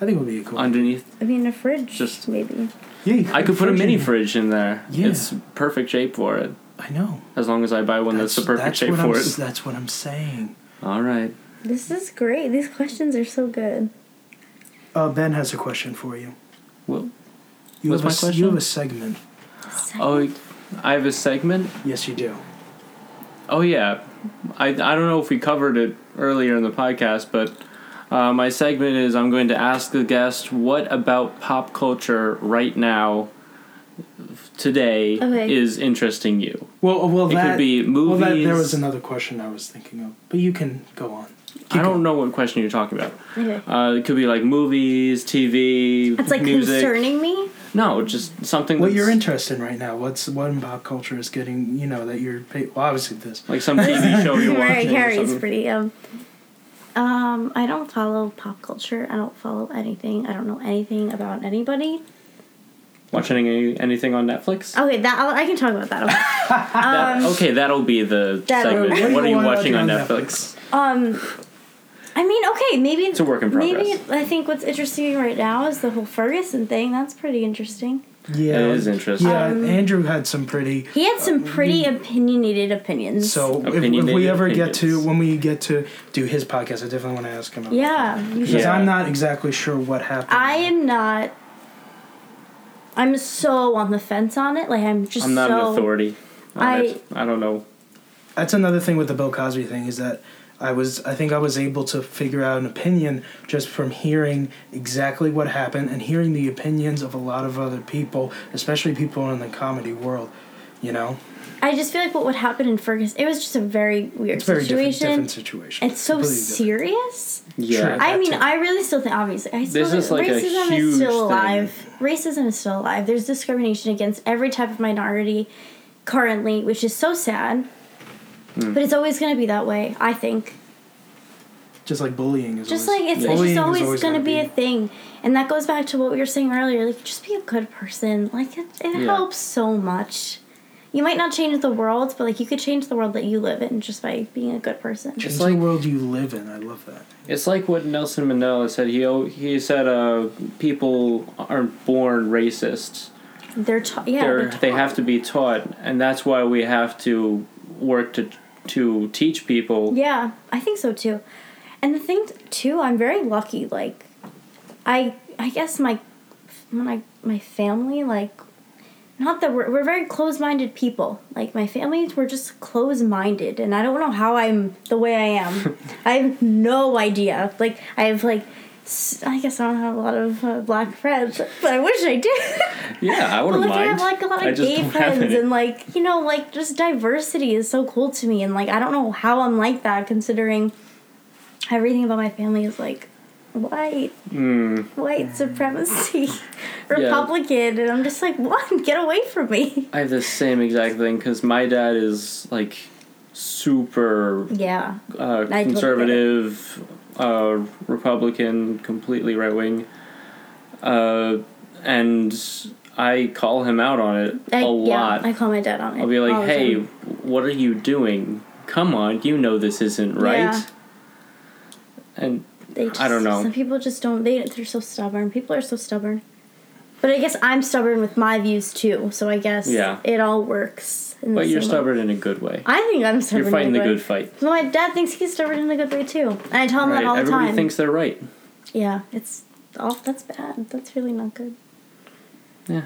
I think it would be a cool.
underneath.
I mean, a fridge,
Just-
maybe.
yeah, you
I could put a
fridge
mini
in there.
fridge in there.
Yeah.
It's perfect shape for it.
I know.
As long as I buy one that's, the perfect
that's
shape
what I'm
for
s-
it.
That's what I'm saying.
All right.
This is great. These questions are so good.
Uh, ben has a question for you.
Well,
You
What's
have
my
a, s-
question?
You have a segment.
oh, I have a segment.
Yes, you do.
Oh yeah, I I don't know if we covered it earlier in the podcast, but uh, my segment is I'm going to ask the guest what about pop culture right now, today
Okay.
is interesting you.
Well, uh, well,
It could
that
be
Well, that, there
movies.
was another question I was thinking of, but you can go on.
I don't know what question you're talking about.
Okay.
Uh, it could be like movies, TV,
That's like
music.
concerning me.
No, just something.
What
that's-
you're interested in right now? What's what in pop culture is getting? You know that you're pay- well, obviously this.
Like some TV show you're
Mariah
watching. or
Carey's
something.
pretty. Um, um, I don't follow pop culture. I don't follow anything. I don't know anything about anybody.
Watching any, anything on Netflix?
Okay, that I'll, I can talk about that. Okay. Um,
That- okay, that'll be the
That'll-
segment.
What are
What,
you
are you
watching
watching on
on
Netflix?
Um, I mean, okay, maybe it's
a work in progress.
Maybe I think what's interesting right now is the whole Ferguson thing. That's pretty interesting.
Yeah,
It is interesting.
Yeah,
Um,
Andrew had some pretty.
He had
Uh,
some pretty
mm.
opinionated opinions.
So if, if we
Opinionated
ever get to
opinions.
when we get to do his podcast, I definitely want to ask him. About
yeah, you should.
because
Yeah.
I'm not exactly sure what happened.
I am not. I'm so on the fence on it. Like I'm just.
I'm not
so,
an authority. On
I-
I it. I don't know.
That's another thing with the Bill Cosby thing is that I was I think I was able to figure out an opinion just from hearing exactly what happened and hearing the opinions of a lot of other people, especially people in the comedy world. You know,
I just feel like what would happen in Ferguson. It was just a very weird
it's very different,
situation.
different situation.
It's so
Completely different.
serious.
Sure.
Yeah.
I
That
mean,
too.
I really still think obviously. I still
This
think
is like a
racism
huge
is
thing.
still alive. Racism is still alive. There's discrimination against every type of minority currently,
Hmm.
which is so sad. But it's always going to be that way, I think.
Just like bullying is
Just
always,
like it's, it's
bullying is
just always, going to
gonna
be a thing, and that goes back to what we were saying earlier. Like, just be a good person. Like, it, it
Yeah.
helps so much. You might not change the world, but like you could change the world that you live in just by being a good person.
Just
It's
like-
the world you live in. I love that.
It's like what Nelson Mandela said. He al- he said uh, people aren't born racists.
They're taught. Yeah,
They're,
they're
they
taught.
have to be taught, and that's why we have to work to to teach people.
Yeah, I think so too. And the thing too, I'm very lucky. Like, I I guess my my my family like. Not that we're, we're very close minded people. Like, my family, we're just close minded. And I don't know how I'm the way I am. I have no idea. Like, I have, like, s- I guess I don't have a lot of uh, black friends, but I wish I did.
Yeah, I
But
wouldn't
like I
mind.
have like a lot
I
of
just
gay
don't have
friends
any.
and like you know like just diversity is so cool to me and like I don't know how I'm like that considering everything about my family is like white
Mm,
white supremacy Republican and I'm just like what get away from me
I have the same exact thing because my dad is like super
yeah
uh,
I totally
conservative, uh, Republican, completely right wing. Uh, and I call him out on it
I,
a
yeah,
lot.
I call my dad on it
I'll be
all
like,
the
hey,
time.
what are you doing? Come on, you know this isn't right.
Yeah.
And
They just,
I don't know.
some people just don't they they're so stubborn people are so stubborn but I guess I'm stubborn with my views too so I guess
Yeah.
it all works in the
but you're
same way.
stubborn in a good way.
I think I'm stubborn.
You're fighting
in
the
a
good fight.
Well, my dad thinks he's stubborn in a good way too, and I tell him
Right?
that all the
Everybody
time.
thinks they're right.
yeah, it's all that's bad. That's really not good.
Yeah.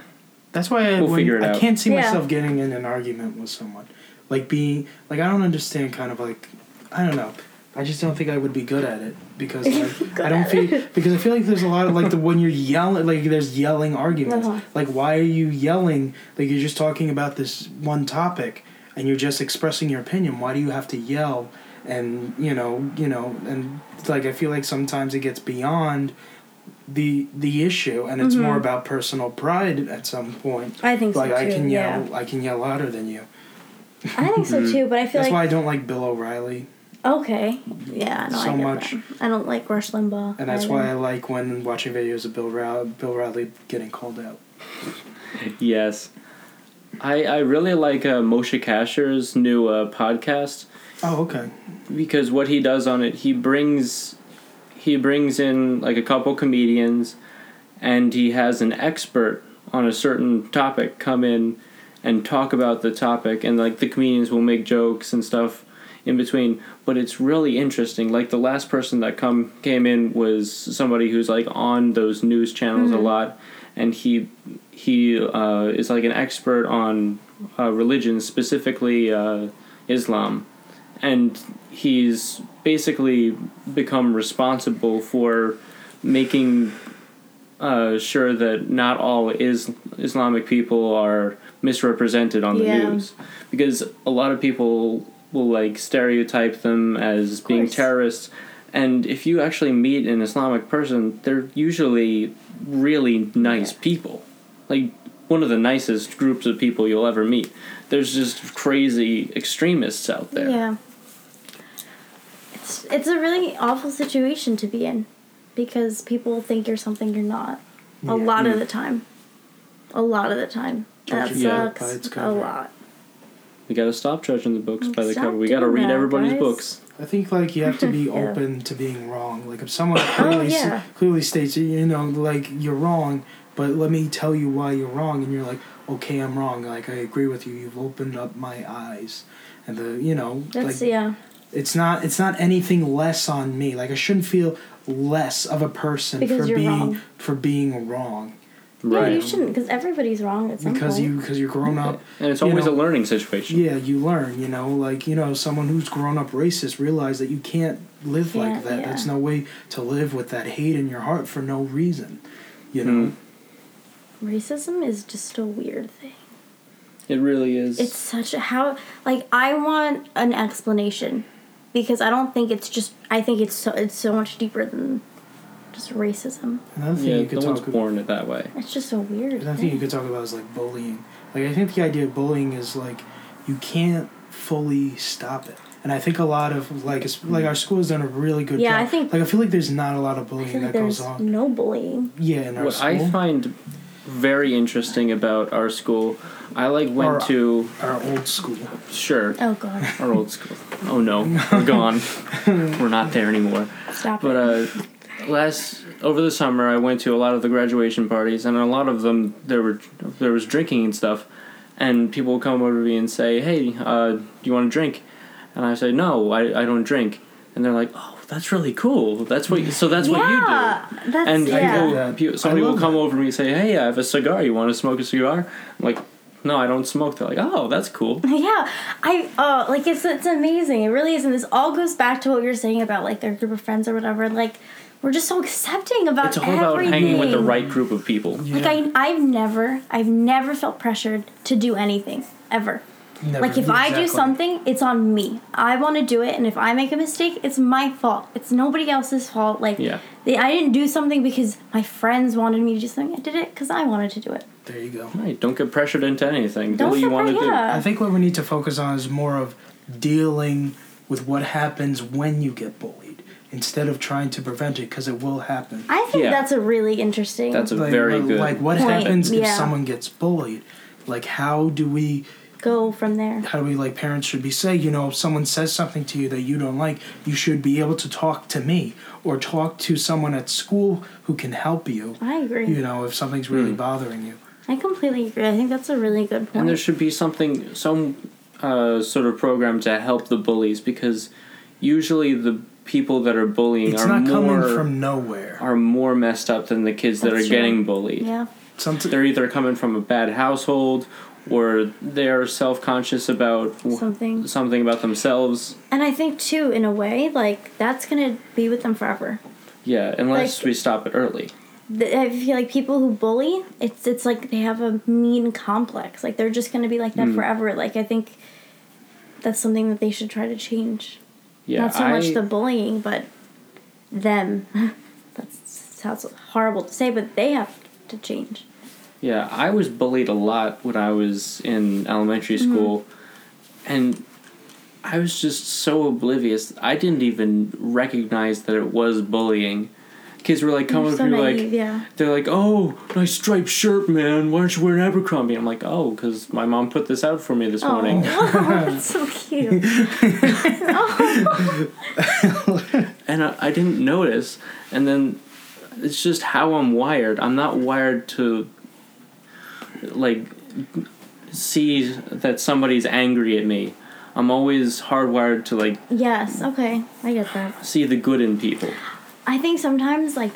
That's why I,
We'll
when-
figure it
I
out.
can't see
Yeah.
myself getting in an argument with someone. Like being like I don't understand kind of like I don't know. I just don't think I would be good at it because like,
Good
I don't
at
feel because I feel like there's a lot of like the when you're yelling like there's yelling arguments.
Uh-huh.
Like why are you yelling? Like you're just talking about this one topic and you're just expressing your opinion. Why do you have to yell? And you know, you know, and like I feel like sometimes it gets beyond the the issue and it's
Mm-hmm.
more about personal pride at some point
I think
like
so too.
I can
yeah,
yell, I can yell louder than you.
I think so too. But I feel
That's why I
like
don't like Bill O'Reilly,
okay, yeah, no,
so
I get
much.
That. I don't like Rush Limbaugh.
and that's
either.
why I like when watching videos of Bill Row- Bill O'Reilly getting called out.
Yes. I, I really like uh, Moshe Kasher's new uh, podcast.
Oh, okay.
because what he does on it, he brings he brings in like a couple comedians, and he has an expert on a certain topic come in and talk about the topic, and like the comedians will make jokes and stuff in between. But it's really interesting. Like the last person that come came in was somebody who's like on those news channels a lot, and he he uh, is like an expert on uh, religion, specifically uh, Islam and he's basically become responsible for making uh, sure that not all is- Islamic people are misrepresented on the
Yeah.
news because a lot of people will like stereotype them as being
course.
terrorists and if you actually meet an Islamic person they're usually really nice people like one of the nicest groups of people you'll ever meet there's just crazy extremists out there
Yeah, it's it's a really awful situation to be in because people think you're something you're not a
Yeah.
lot
Mm.
of the time. A lot of the time. That
Judge a book by its
sucks a
cover.
lot.
We gotta stop judging the books by the
Stop
cover. We gotta
doing
read
that,
everybody's
guys.
books.
I think like you have to be
Yeah. Oh,
open to being wrong. Like if someone clearly s-
yeah.
clearly states, you know, like you're wrong, but let me tell you why you're wrong, and you're like, okay, I'm wrong. Like I agree with you. You've opened up my eyes, and the you know,
That's
like
yeah.
it's not it's not anything less on me. Like I shouldn't feel less of a person
Because
for
you're
being
wrong.
for being wrong.
Yeah,
Right.
you shouldn't because everybody's wrong at some
because
point.
you because you're grown up
And it's
you
always
know,
a learning situation.
yeah you learn you know like you know someone who's grown up racist realize that you can't live
Yeah,
like that
yeah.
that's no way to live with that hate in your heart for no reason you know
Mm.
Racism is just a weird thing.
It really is.
It's such a how like I want an explanation because I don't think it's just I think it's so it's so much deeper than just racism.
another thing
yeah,
you could
no one's
talk about
born it that way.
It's just a weird
another thing you
thing.
could talk about is like bullying like i think the idea of bullying is like you can't fully stop it and And I think a lot of like it's- like our school has done a really good
Yeah,
job.
I think-
like I feel like there's not a lot of
I
bullying
feel like
that goes
there's
on.
no bullying.
Yeah, in our
What
school,
I find very interesting about our school, I like went
Our-
to
our old school.
sure
Oh god,
our old school. Oh no, we're gone. we're not there anymore.
stop
But
it.
uh, last over the summer, I went to a lot of the graduation parties, and a lot of them there were there was drinking and stuff, and people would come over to me and say, "Hey, uh, do you want a drink?" And I say, "No, I, I don't drink." And they're like, "Oh, that's really cool. That's what so that's what you do."
yeah, that's
And
I
yeah.
love
people, uh,
that.
people, somebody
I
will
love
come
that.
over to me and say, "Hey, I have a cigar. You want to smoke a cigar?" I'm like, "No, I don't smoke." They're like, "Oh, that's cool."
Yeah, I uh like it's it's amazing. It really is, and this all goes back to what you're saying about like their group of friends or whatever. Like we're just so accepting about
It's all about
everything.
hanging with the right group of people.
Like I I've never I've never felt pressured to do anything ever.
Never-
Like if I do
exactly.
something, it's on me. I want to do it, and if I make a mistake, it's my fault. It's nobody else's fault. Like
Yeah.
they, I didn't do something because my friends wanted me to do something. I did it because I wanted to do it.
there you go.
Right, don't get pressured into anything. do
Don't
what you want to
separate-
do.
yeah.
I think what we need to focus on is more of dealing with what happens when you get bullied instead of trying to prevent it because it will happen.
I think
Yeah.
that's a really interesting.
That's a very
like,
good.
Like what
point,
happens if
yeah.
someone gets bullied? Like how do we
go from there.
how do we like parents should be say you know if someone says something to you that you don't like you should be able to talk to me or talk to someone at school who can help you
I agree.
you know if something's really
Hmm.
bothering you
I completely agree. I think that's a really good
And there
point.
should be something, some uh, sort of program to help the bullies because usually the people that are bullying
it's
are
not
more
coming from nowhere
are more messed up than the kids that
That's
are
true.
getting bullied.
Yeah.
something
They're either coming from a bad household or they're self conscious about w-
Something.
something about themselves.
And I think too, in a way, like that's gonna be with them forever.
Yeah, unless
Like-
we stop it early.
Th- I feel like people who bully, it's it's like they have a mean complex. Like they're just gonna be like
Hmm.
that forever. Like I think that's something that they should try to change.
Yeah,
Not so
I,
much the bullying, but them. that sounds horrible to say, but they have to change.
Yeah, I was bullied a lot when I was in elementary
Mm-hmm.
school, and I was just so oblivious. I didn't even recognize that it was bullying. Kids were like coming
They're
up to
so
me
naive,
like,
yeah.
they're like, "Oh, nice striped shirt, man. Why aren't you wearing Abercrombie?" I'm like, "Oh, because my mom put this out for me this morning."
Oh, that's so cute. Oh,
and I, I didn't notice. And then it's just how I'm wired. I'm not wired to like see that somebody's angry at me. I'm always hardwired to like
yes. Okay, I get that.
see the good in people.
I think sometimes like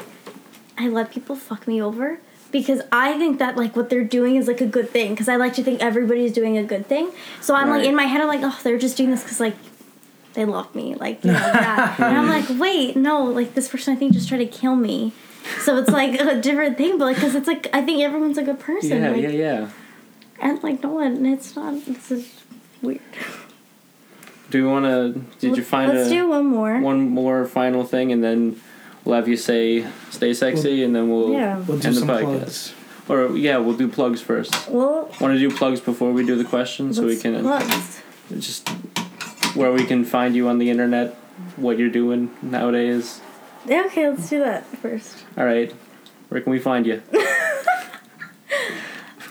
I let people fuck me over because I think that like what they're doing is like a good thing because I like to think everybody's doing a good thing. So I'm like
Right.
in my head I'm like oh they're just doing this because like they love me like you know that and I'm like wait no like this person I think just tried to kill me. So it's like a different thing, but like because it's like I think everyone's a good person,
yeah,
like,
yeah, yeah.
and like no one, it's not. This is weird.
Do we want to? Did you
Let's-
find
Let's
a,
do one more.
one more final thing, and then we'll have you say "stay sexy," and then we'll
Yeah.
we'll do
end
some
the podcast.
plugs
Or yeah, we'll do plugs first.
Well,
Want to do plugs before we do the questions, so we
let's-
can
let's-
just where we can find you on the internet, what you're doing nowadays.
Yeah, okay, let's do that first.
All right, where can we find you?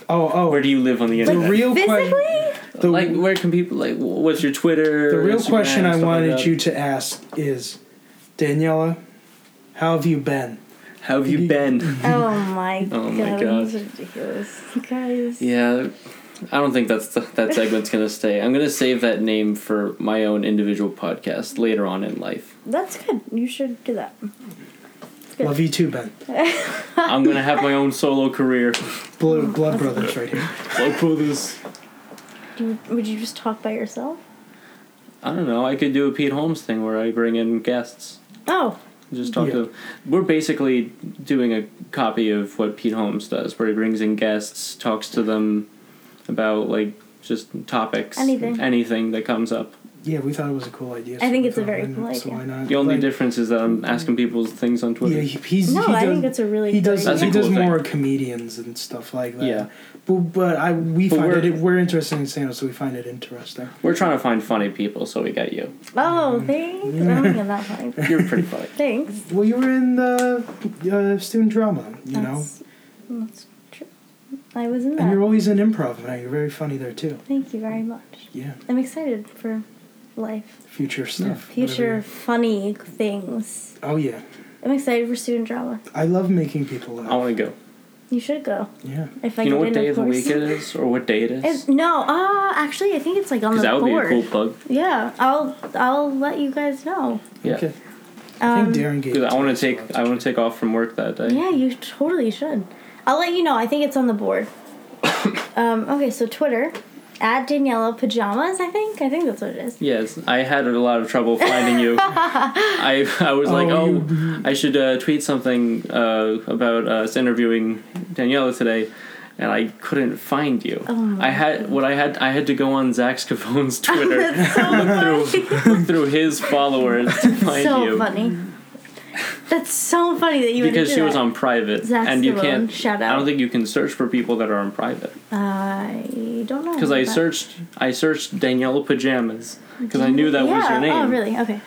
oh oh
Where do you live on the
the
internet?
real question
Physically?
the,
like, where can people like? wh- What's your Twitter?
the real
Instagram,
question i
stuff like
wanted
that?
you to ask is daniela how have you been
How have you been?
Oh my
Oh
god,
my God.
this is ridiculous. Guys.
yeah, I don't think that's that segment's gonna stay. I'm gonna save that name for my own individual podcast later on in life.
That's good. You should do that. Good.
love you too ben
I'm gonna have my own solo career.
Mm,
blood, blood brothers right here
Like, brothers.
Do you, would you just talk by yourself?
I don't know. I could do a Pete Holmes thing where I bring in guests.
Oh.
Just talk
Yeah.
to. We're basically doing a copy of what Pete Holmes does, where he brings in guests, talks to them about like just topics,
Anything.
anything that comes up.
Yeah, we thought it was a cool idea.
I think
we
it's a
thought,
very
why
cool
not- So
idea.
why not?
The only
like,
difference is that I'm asking people's things on Twitter.
Yeah, he, he's.
No,
he
I
does,
think it's a really
He does.
good
That's a
he
idea.
cool
does
thing.
more comedians and stuff like that.
Yeah.
But but I we
But
find
we're-
it we're interested in stand so we find it interesting.
We're trying to find funny people, so we got you.
Oh, thanks. I don't think I'm that funny.
You're pretty funny.
Thanks.
Well, you were in the uh, student drama, you know,
That's, that's true. I was in
and you're
that.
always in improv now. You're very funny there too.
Thank you very much.
Yeah,
I'm excited for life.
future stuff.
Future
whatever
funny things.
you- Oh yeah,
I'm excited for student drama.
I love making people laugh.
I want to go.
You should go.
yeah.
If I
you know
get
what
in,
day of the
course.
week it is, or what day it
It's,
is?
no, uh, actually, I think it's like on
Because
the
that would
board.
be a cool plug.
Yeah, I'll I'll let you guys know.
Yeah.
Okay. I
Um,
think Darren gave.
Because
it
I want
us
to take
once.
I want to take off from work that day.
yeah, you totally should. I'll let you know. I think it's on the board. um, okay, so Twitter at Daniela Pajamas. I think I think that's what it is.
Yes, I had a lot of trouble finding you. I I was like,
Oh,
oh,
you-
I should uh, tweet something uh, about us interviewing Daniela today, and I couldn't find you.
Oh my
I had what I had. I had to go on Zach Scavone's Twitter,
That's so funny.
look through his followers to find
so
you
funny. That's so funny that you would
because
do
she was
that.
on private,
Zach
and you
Scavone,
can't.
shout
I
out. Oh
don't think you can search for people that are on private.
I don't know.
Because I
but-
searched, I searched Daniela pajamas because I knew that
yeah.
was your name.
Oh, really? Okay.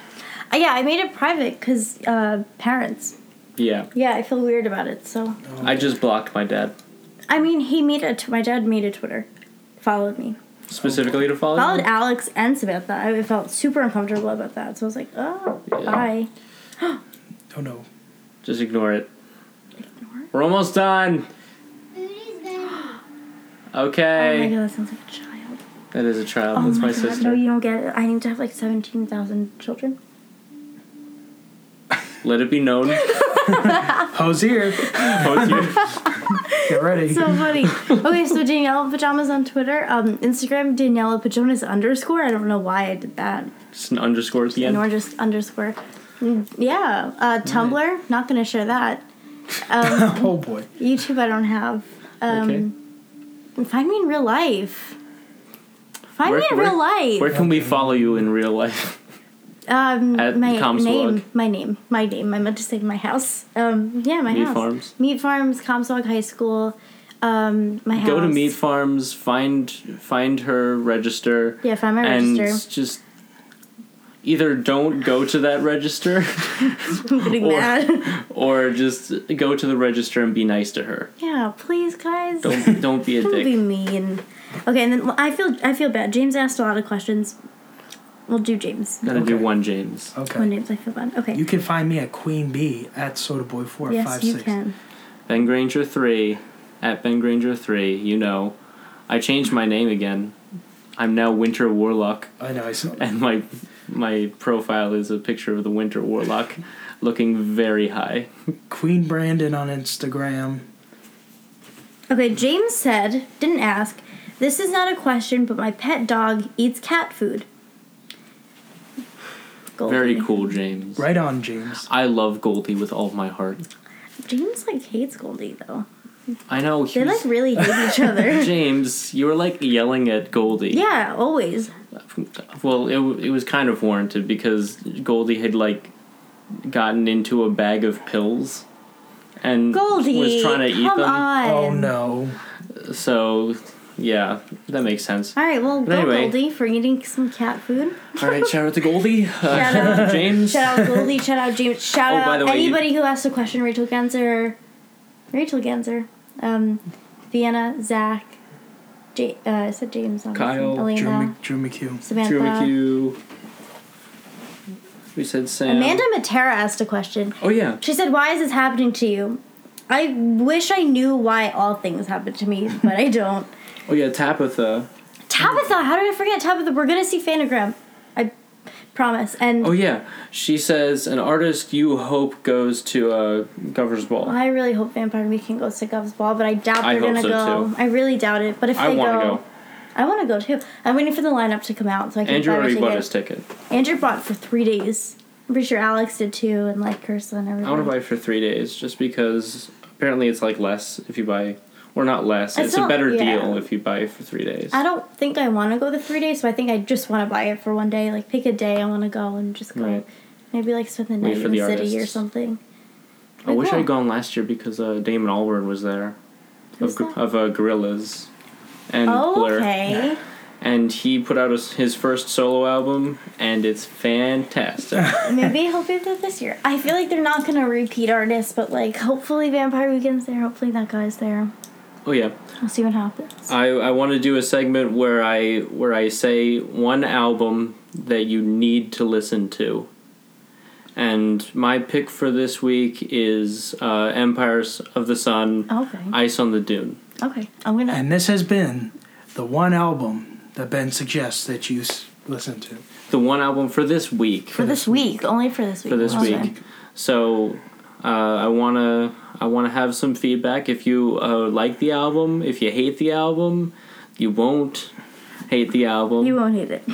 Uh, yeah, I made it private because uh, parents.
Yeah,
Yeah, I feel weird about it. So,
Um,
I just blocked my dad
I mean, he made a. T- my dad made a Twitter, followed me,
specifically to follow.
followed
you.
Alex and Samantha. I felt super uncomfortable about that, so I was like, oh,
Yeah.
bye.
Oh no.
Just ignore it.
Ignore.
We're almost done.
Oh my
Okay.
god, that sounds like a child.
that is a child.
oh
That's
my,
my,
god,
sister.
no, you don't get it. I need to have like seventeen thousand children.
Let it be known.
Hose here.
both you-
Get ready.
So funny. okay, so Danielle Pajamas on Twitter, um, Instagram Daniela Pajamas underscore. I don't know why I did that.
Just an underscore at the end.
Nor just underscore. Mm, Yeah. Uh, Tumblr, not gonna share that. Um,
oh boy.
YouTube, I don't have. Um, Find me in real life. Find
Where-
me in
where-
real life.
Where can we follow you in real life?
um,
at
my
Comswag?
name, my name, my name. I meant to say my house. Um, yeah, my
Meat
house.
Farms?
Meat Farms, Comstock High School. Um, my house.
Go to Meat Farms. Find find her. Register.
Yeah, find my
and
register.
just either don't go to that register
I'm getting
or-
mad.
or just go to the register and be nice to her.
yeah, please, guys.
Don't don't be a
Don't be
dick.
mean. Okay, and then well, I feel I feel bad. James asked a lot of questions. We'll do James.
Gotta do
Okay.
one James.
One
Okay.
James, I feel bad. Okay.
You can find me at Queen Bee at Soda Boy Four
yes,
Five
you
Six.
can.
Ben Granger three, at Ben Granger three. You know, I changed my name again. I'm now Winter Warlock,
I know. I saw.
and my my profile is a picture of the Winter Warlock, looking very high.
Queen Brandon on Instagram.
Okay, James said, didn't ask. This is not a question, but my pet dog eats cat food. Goldie.
Very cool, James.
Right on, James.
I love Goldie with all of my heart.
James like hates Goldie though.
I know
They like
he's,
really hate each other.
James. You were like yelling at Goldie.
Yeah, always.
Well, it w- it was kind of warranted because Goldie had like gotten into a bag of pills, and
Goldie
was trying to eat
come
them.
on.
Oh no.
So, yeah, that makes sense.
All right, well, go
anyway.
Goldie for eating some cat food.
All right, shout out to Goldie, uh,
Shout out.
James.
Shout out Goldie. shout out James. Shout
Oh,
out
by the way, you-
anybody who asked a question. Rachel Genzer, Rachel Genzer, um, Vienna, Zach, J- uh, I said James. obviously.
Kyle,
Drew,
Elena,
Mc, Drew McHugh.
Samantha.
Drew McHugh. We said Sam.
Amanda Matera asked a question.
Oh yeah,
She said, "Why is this happening to you?" I wish I knew why all things happen to me, but I don't.
oh yeah, Tabitha.
Tabitha, how did I forget Tabitha? We're gonna see Fanagram. I promise. And
Oh yeah, she says an artist you hope goes to uh, Governor's Ball.
I really hope Vampire Weekend goes to Gov's Ball, but I doubt
I
they're
hope
gonna
so,
go.
too.
I really doubt it. But if
I
they
want to
go,
go.
I want to go too. I'm waiting for the lineup to come out so I can
Andrew
buy my
already bought
ticket.
his ticket.
Andrew bought for three days. I'm pretty sure Alex did too, and like Kirsten and
I
everyone.
want to buy it for three days just because apparently it's like less if you buy or not less.
I
It's a
still-
better
yeah.
deal if you buy it for three days.
I don't think I want to go the three days, so I think I just want to buy it for one day. Like pick a day I want to go and just go.
Right.
Maybe like spend the
Wait
night
for
in the,
the
city or
artists.
something.
I wish
cool.
I'd gone last year because uh, Damon Albarn was there
Who's
of gr-
that?
of uh, Gorillas and
Oh,
Blur,
okay.
and he put out his, his first solo album, and it's fantastic.
Maybe he'll be there this year. I feel like they're not gonna repeat artists, but like hopefully Vampire Weekend's there. Hopefully that guy's there.
oh yeah,
We'll see what happens.
I, I want to do a segment where I where I say one album that you need to listen to. And my pick for this week is uh, Empires of the Sun,
Okay.
Ice on the Dune.
okay. I'm gonna.
And this has been the one album that Ben suggests that you s- listen to.
The one album for this week.
for this week, only for this week.
for this
Okay.
week. So uh, I wanna I wanna have some feedback. If you uh, like the album, if you hate the album, you won't hate the album.
You won't hate it.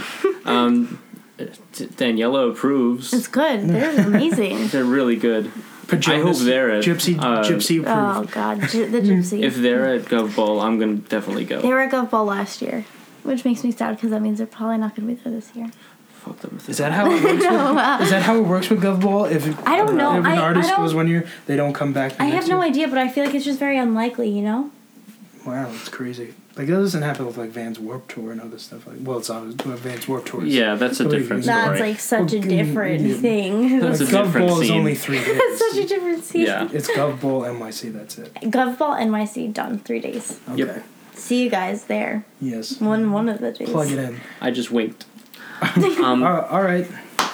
Um, D- Daniela approves.
It's good. They're amazing.
They're really good.
Pajamas,
they're at,
gypsy
uh,
gypsy approved.
oh God, Gy- the gypsy.
If they're at Gov Bowl, I'm gonna definitely go.
They were at Gov Ball last year, which makes me sad because that means they're probably not going to be there this year.
Fuck them.
Is that how it works? with, is that how it works with GovBall? If
I don't know.
If an
I- I
artist
don't-
goes one year, they don't come back. The
I
next
have no
year?
idea, but I feel like it's just very unlikely, you know?
Wow, it's crazy. Like that doesn't happen with like Vans Warp Tour and other stuff. Like, well, it's not with Vans Warp Tour. is-
Yeah, that's a
Believe
different
me.
story.
That's like such a
Okay,
different
yeah.
thing.
That's
Like,
a different
GovBall is
scene.
only three days.
That's such a different scene.
Yeah.
it's GovBall NYC. That's it.
Gov Ball NYC done three days.
Okay.
Yep.
See you guys there.
Yes.
One one of the days.
Plug it in.
I just winked.
Uh,
um,
all right.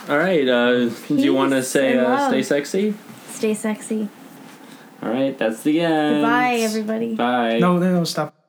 all right. Uh, do you want to
Peace
say
and
uh,
love.
stay sexy?
Stay sexy.
All right. That's the end.
Goodbye, everybody.
Bye.
No, no, no. Stop.